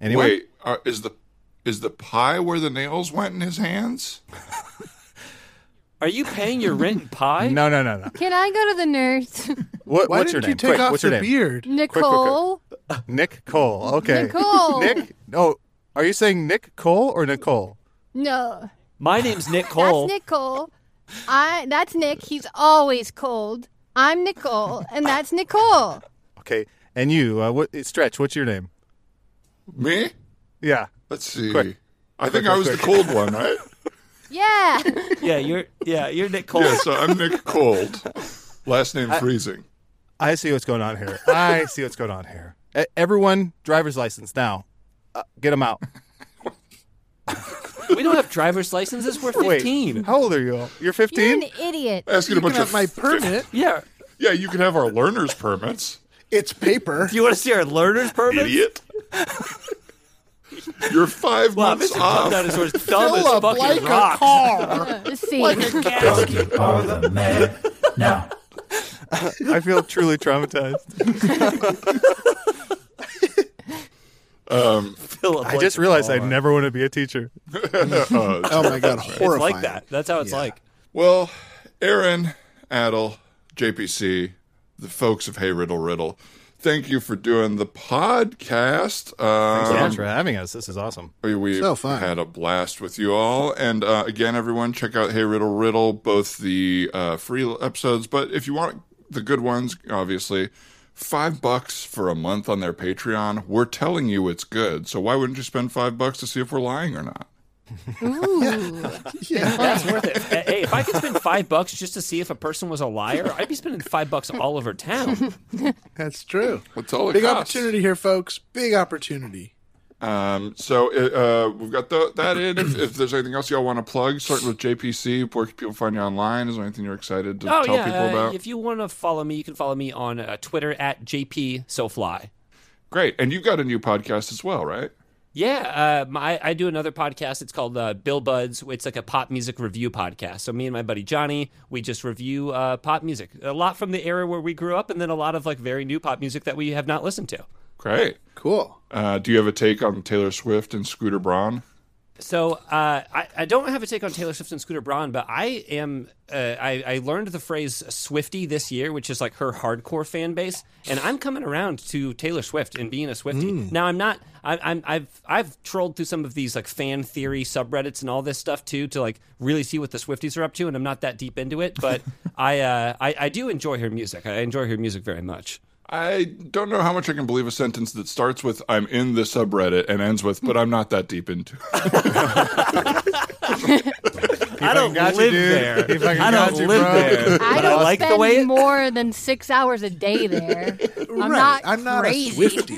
Speaker 3: Anyone?
Speaker 2: Wait, are, is the is the pie where the nails went in his hands?
Speaker 6: Are you paying your rent in pie?
Speaker 3: No, no, no, no.
Speaker 4: Can I go to the nurse?
Speaker 3: What,
Speaker 5: Why
Speaker 3: what's your
Speaker 5: didn't
Speaker 3: name?
Speaker 5: you take
Speaker 3: Quick,
Speaker 5: off
Speaker 3: what's
Speaker 5: your
Speaker 3: your name?
Speaker 5: beard?
Speaker 4: Nicole.
Speaker 3: Nick Cole. Okay.
Speaker 4: Nicole.
Speaker 3: Nick. Oh, are you saying Nick Cole or Nicole?
Speaker 4: No,
Speaker 6: My name's Nick Cole.
Speaker 4: that's Nicole. I that's Nick. He's always cold. I'm Nicole, and that's Nicole.
Speaker 3: Okay. And you, uh, what stretch? What's your name?
Speaker 2: Me?
Speaker 3: Yeah.
Speaker 2: Let's see.
Speaker 3: Quick.
Speaker 2: I think I was the cold one, right?
Speaker 4: Yeah.
Speaker 6: Yeah, you're yeah, you're Nick Cole.
Speaker 2: Yeah, so I'm Nick Cold. Last name Freezing.
Speaker 3: I see what's going on here. I see what's going on here. E- Everyone, driver's license now. Uh, get them out.
Speaker 6: We don't have driver's licenses. We're
Speaker 3: Wait,
Speaker 6: 15.
Speaker 3: how old are you? all? You're
Speaker 4: You're an
Speaker 3: 15.
Speaker 4: idiot.
Speaker 1: Uh,
Speaker 2: Asking a bunch
Speaker 5: At
Speaker 2: of
Speaker 5: my permit,
Speaker 6: yeah.
Speaker 2: Yeah, you can have our learner's permits.
Speaker 5: it's paper.
Speaker 6: Do you want to see our learner's permit?
Speaker 2: Idiot. You're five
Speaker 6: Wow,
Speaker 2: months
Speaker 6: Mr. Tom
Speaker 2: off.
Speaker 6: Dinosaur's dumb
Speaker 5: Fill
Speaker 6: as
Speaker 5: up
Speaker 6: fucking
Speaker 5: like
Speaker 6: rock.
Speaker 5: a car.
Speaker 4: Let's see.
Speaker 1: You are the man now.
Speaker 3: I feel truly traumatized.
Speaker 6: Fill up
Speaker 3: I
Speaker 6: like
Speaker 3: just
Speaker 6: a
Speaker 3: realized I
Speaker 6: car.
Speaker 3: never want to be a teacher.
Speaker 2: Oh,
Speaker 5: Oh my god,
Speaker 6: It's
Speaker 5: horrifying.
Speaker 6: like that. That's how it's like.
Speaker 2: Well, Aaron, Adel, JPC, the folks of Hey Riddle Riddle, thank you for doing the podcast. Um,
Speaker 3: so much for having us. This is awesome.
Speaker 2: We, we
Speaker 5: So fun.
Speaker 2: had a blast with you all. And uh, again, everyone, check out Hey Riddle Riddle, both the uh, free episodes, but if you want the good ones, obviously, five bucks for a month on their Patreon. We're telling you it's good. So why wouldn't you spend five bucks to see if we're lying or not?
Speaker 4: Ooh.
Speaker 6: It's worth it. Hey, if I could spend five bucks just to see if a person was a liar, I'd be spending five bucks all over town.
Speaker 5: That's true.
Speaker 2: That's all it
Speaker 5: Big
Speaker 2: costs.
Speaker 5: opportunity here, folks. Big opportunity.
Speaker 2: Um, so uh, we've got the, that in. If, if there's anything else y'all want to plug, starting with JPC, where can people find you online? Is there anything you're excited to
Speaker 6: Oh
Speaker 2: tell
Speaker 6: yeah.
Speaker 2: people
Speaker 6: uh,
Speaker 2: about?
Speaker 6: If you want to follow me, you can follow me on uh, Twitter at jp sofly.
Speaker 2: Great. And you've got a new podcast as well, right?
Speaker 6: Yeah, uh, my, I do another podcast. It's called uh, Bill Buds. It's like a pop music review podcast. So me and my buddy Johnny, we just review uh, pop music, a lot from the era where we grew up, and then a lot of like very new pop music that we have not listened to.
Speaker 2: Great.
Speaker 5: Cool.
Speaker 2: Uh, do you have a take on Taylor Swift and Scooter Braun?
Speaker 6: So uh, I, I don't have a take on Taylor Swift and Scooter Braun, but I am uh, I, I learned the phrase Swifty this year, which is like her hardcore fan base, and I'm coming around to Taylor Swift and being a Swifty. Now I'm not I, I'm I've I've trolled through some of these like fan theory subreddits and all this stuff too to like really see what the Swifties are up to, and I'm not that deep into it, but I, uh, I I do enjoy her music. I enjoy her music very much.
Speaker 2: I don't know how much I can believe a sentence that starts with "I'm in the subreddit" and ends with "But I'm not that deep into." it."
Speaker 6: I don't
Speaker 3: got
Speaker 6: live
Speaker 3: you, dude.
Speaker 6: there.
Speaker 3: He fucking
Speaker 6: I
Speaker 3: got
Speaker 6: don't
Speaker 3: you,
Speaker 6: live
Speaker 3: bro.
Speaker 6: there.
Speaker 4: I
Speaker 6: But
Speaker 4: don't
Speaker 6: like
Speaker 4: spend
Speaker 6: the way it
Speaker 4: more than six hours a day there. I'm
Speaker 5: right.
Speaker 4: not.
Speaker 5: I'm not
Speaker 4: crazy.
Speaker 5: a Swifty.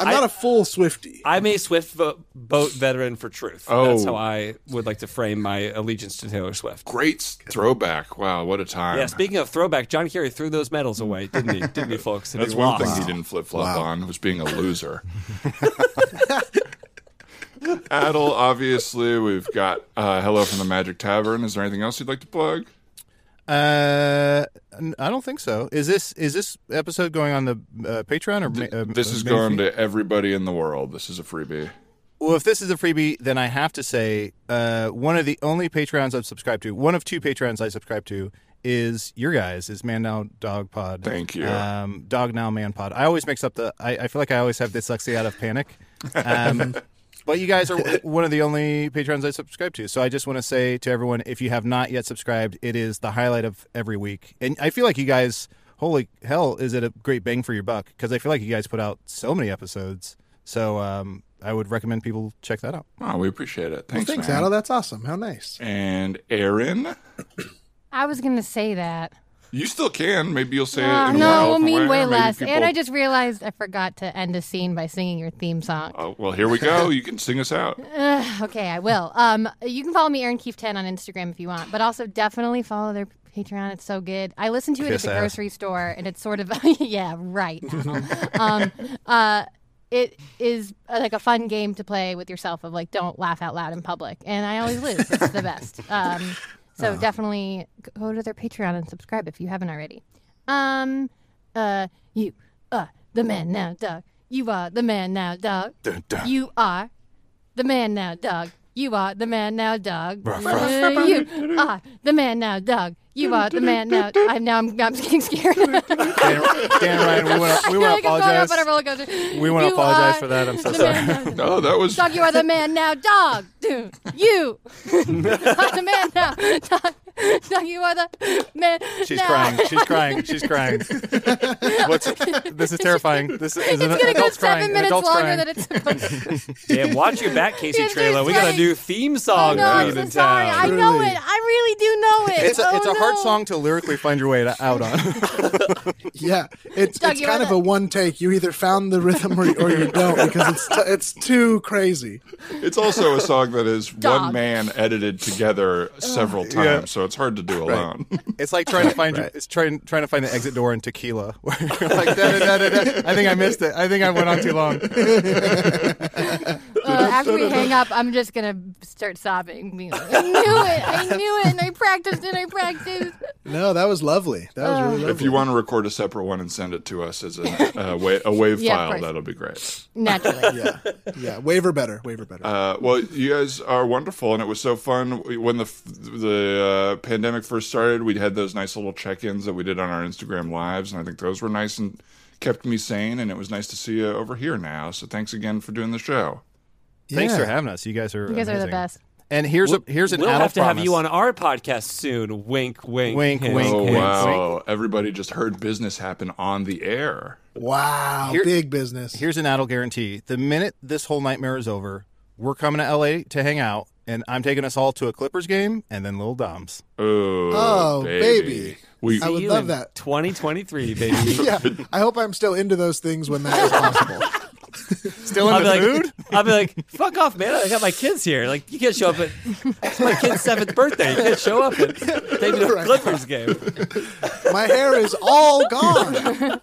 Speaker 5: I'm not a full Swifty.
Speaker 6: I'm a Swift vo- boat veteran for truth. That's
Speaker 2: Oh.
Speaker 6: how I would like to frame my allegiance to Taylor Swift.
Speaker 2: Great throwback! Wow, what a time!
Speaker 6: Yeah, speaking of throwback, John Kerry threw those medals away, didn't he? Didn't he, folks? And
Speaker 2: That's
Speaker 6: he
Speaker 2: one
Speaker 6: lost.
Speaker 2: thing he didn't flip flop on was being a loser. Adel, obviously, we've got uh, "Hello from the Magic Tavern." Is there anything else you'd like to plug?
Speaker 3: Uh, n- I don't think so. Is this is this episode going on the uh, Patreon or ma- uh,
Speaker 2: This is
Speaker 3: main
Speaker 2: going
Speaker 3: feed?
Speaker 2: to everybody in the world. This is a freebie.
Speaker 3: Well, if this is a freebie, then I have to say uh, one of the only Patreons I've subscribed to, one of two Patreons I subscribe to, is your guys, is Man Now Dog Pod.
Speaker 2: Thank you.
Speaker 3: Um, Dog Now Man Pod. I always mix up the, I, I feel like I always have dyslexia out of panic. Um, But you guys are one of the only patrons I subscribe to. So I just want to say to everyone, if you have not yet subscribed, it is the highlight of every week. And I feel like you guys, holy hell, is it a great bang for your buck? Because I feel like you guys put out so many episodes. So um, I would recommend people check that out.
Speaker 2: Oh, we appreciate it. Thanks,
Speaker 5: Thanks,
Speaker 2: man.
Speaker 5: Adel. That's awesome. How nice.
Speaker 2: And Aaron,
Speaker 4: I was gonna say that.
Speaker 2: you still can. Maybe you'll say
Speaker 4: Uh,
Speaker 2: it. In a
Speaker 4: no,
Speaker 2: more
Speaker 4: I
Speaker 2: eloquent
Speaker 4: mean way
Speaker 2: or maybe
Speaker 4: less.
Speaker 2: people-
Speaker 4: And I just realized I forgot to end a scene by singing your theme song.
Speaker 2: Oh, well, here we go. You can sing us out.
Speaker 4: Ugh, okay, I will. Um, you can follow me, Aaron Keefe ten on Instagram if you want, but also definitely follow their Patreon. It's so good. I listen to it
Speaker 3: Kiss
Speaker 4: at the
Speaker 3: ass.
Speaker 4: grocery store, and it's sort of yeah, right. Adam. um, uh, it is uh, like a fun game to play with yourself of like don't laugh out loud in public, and I always lose. It's the best. Um, so definitely g- go to their Patreon and subscribe if you haven't already. Um, uh, you are the man now, dog. You are the man now, dog. You are the man now, dog. You are the man now, dog. Uh, you are the man now, dog. You are the man now. I'm now. I'm, I'm getting scared. I
Speaker 3: Dan, Dan Ryan, we want to we
Speaker 4: feel
Speaker 3: wanna
Speaker 4: like I'm going
Speaker 3: apologize.
Speaker 4: up on a roller coaster.
Speaker 3: We want to
Speaker 4: You
Speaker 3: apologize
Speaker 4: are
Speaker 3: for that. I'm so
Speaker 4: the
Speaker 3: sorry.
Speaker 4: man now, dog.
Speaker 2: Oh, that was.
Speaker 4: Dog, you are the man now, dog. Dude, you are the man now, dog. Dog, you are the man.
Speaker 3: She's
Speaker 4: now.
Speaker 3: crying. She's crying. She's crying. What's this is terrifying. This is an
Speaker 4: It's gonna go
Speaker 3: adult's
Speaker 4: seven
Speaker 3: crying. An
Speaker 4: minutes
Speaker 3: adult's
Speaker 4: longer
Speaker 3: crying.
Speaker 4: than it's supposed to.
Speaker 6: Damn, watch your back, Casey
Speaker 4: Yes,
Speaker 6: Trailer.
Speaker 4: there's
Speaker 6: We got a
Speaker 4: like-
Speaker 6: new theme song
Speaker 4: no,
Speaker 6: for
Speaker 4: I'm
Speaker 6: you
Speaker 4: so
Speaker 6: in
Speaker 4: sorry.
Speaker 6: town.
Speaker 4: I know it. I really do know it.
Speaker 3: It's a,
Speaker 4: oh,
Speaker 3: it's a hard
Speaker 4: no.
Speaker 3: song to lyrically find your way to, out on.
Speaker 5: Yeah, it's
Speaker 4: Doug,
Speaker 5: it's
Speaker 4: you
Speaker 5: kind
Speaker 4: wanna-
Speaker 5: of a one take. You either found the rhythm or, or you don't because it's t- it's too crazy.
Speaker 2: It's also a song that is one
Speaker 4: Dog.
Speaker 2: man edited together several times,
Speaker 3: Yeah.
Speaker 2: so it's hard to do alone.
Speaker 3: It's like trying to find your- it's trying trying to find the exit door in Tequila. Where you're like, da, da, da, da, da. I think I missed it. I think I went on too long.
Speaker 4: Uh, after we hang up, I'm just gonna start sobbing. being like, I knew it. I knew it. And I practiced and I practiced.
Speaker 5: No, that was lovely. That was really
Speaker 2: if
Speaker 5: lovely.
Speaker 2: you want to record a separate one and send it to us as a, a, wa- a wave
Speaker 4: Yeah, of
Speaker 2: file,
Speaker 4: course.
Speaker 2: that'll be great.
Speaker 4: Naturally.
Speaker 5: Yeah, yeah. Waiver better. Waiver better.
Speaker 2: Uh, well, you guys are wonderful, and it was so fun when the f- the uh, pandemic first started. We had those nice little check ins that we did on our Instagram lives, and I think those were nice and kept me sane. And it was nice to see you over here now. So thanks again for doing the show.
Speaker 3: Thanks
Speaker 5: Yeah.
Speaker 3: for having us. You guys are
Speaker 4: You guys are the
Speaker 3: amazing.
Speaker 4: best.
Speaker 3: And here's a here's an
Speaker 6: We'll
Speaker 3: adult
Speaker 6: have to have
Speaker 3: promise.
Speaker 6: you on our podcast soon. Wink, wink,
Speaker 3: Wink,
Speaker 6: hint,
Speaker 3: wink,
Speaker 2: Oh
Speaker 6: hint.
Speaker 2: wow! Everybody just heard business happen on the air.
Speaker 5: wow,
Speaker 3: Here-
Speaker 5: big business.
Speaker 3: Here's an adult guarantee. The minute this whole nightmare is over, we're coming to LA to hang out, and I'm taking us all to a Clippers game and then Little Dom's.
Speaker 2: Oh,
Speaker 5: Oh, baby.
Speaker 2: We
Speaker 5: I would
Speaker 6: See you
Speaker 5: love
Speaker 6: in
Speaker 5: that.
Speaker 6: 2023, baby.
Speaker 5: yeah, I hope I'm still into those things when that is possible.
Speaker 3: Still
Speaker 6: I'll
Speaker 3: in
Speaker 6: be
Speaker 3: the
Speaker 6: like,
Speaker 3: mood?
Speaker 6: I'll be like, fuck off, man! I got my kids here. Like, you can't show up at it's my kid's seventh birthday. You can't show up and take me to a Clippers game.
Speaker 5: My hair is all gone.
Speaker 3: They got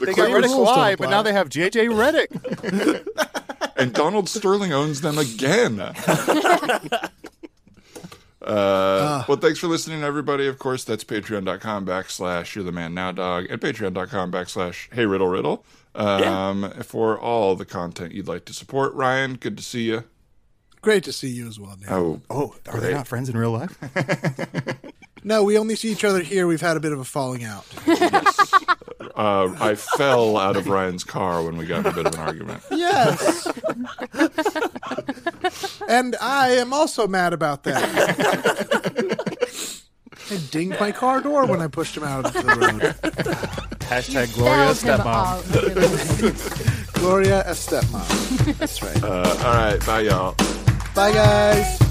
Speaker 3: rid of
Speaker 5: rules don't
Speaker 3: Kawhi, but now
Speaker 5: apply.
Speaker 3: they have JJ Redick.
Speaker 2: and Donald Sterling owns them again. uh, well, thanks for listening, everybody. Of course, that's patreon.com backslash you're the man now dog and patreon.com backslash hey riddle riddle um, for all the content you'd like to support. Ryan, good to see you.
Speaker 5: Great to see you as well, Dan.
Speaker 2: Oh,
Speaker 3: Oh, are they not friends in real life?
Speaker 5: No, we only see each other here. We've had a bit of a falling out.
Speaker 2: uh, I fell out of Ryan's car when we got in a bit of an argument.
Speaker 5: Yes. and I am also mad about that. I dinged my car door when I pushed him out of the road.
Speaker 3: Hashtag Gloria
Speaker 4: Spelled him
Speaker 3: Stepmom.
Speaker 4: all over the place.
Speaker 5: Gloria, a stepmom. That's right.
Speaker 2: Uh, all right. Bye, y'all.
Speaker 5: Bye, guys.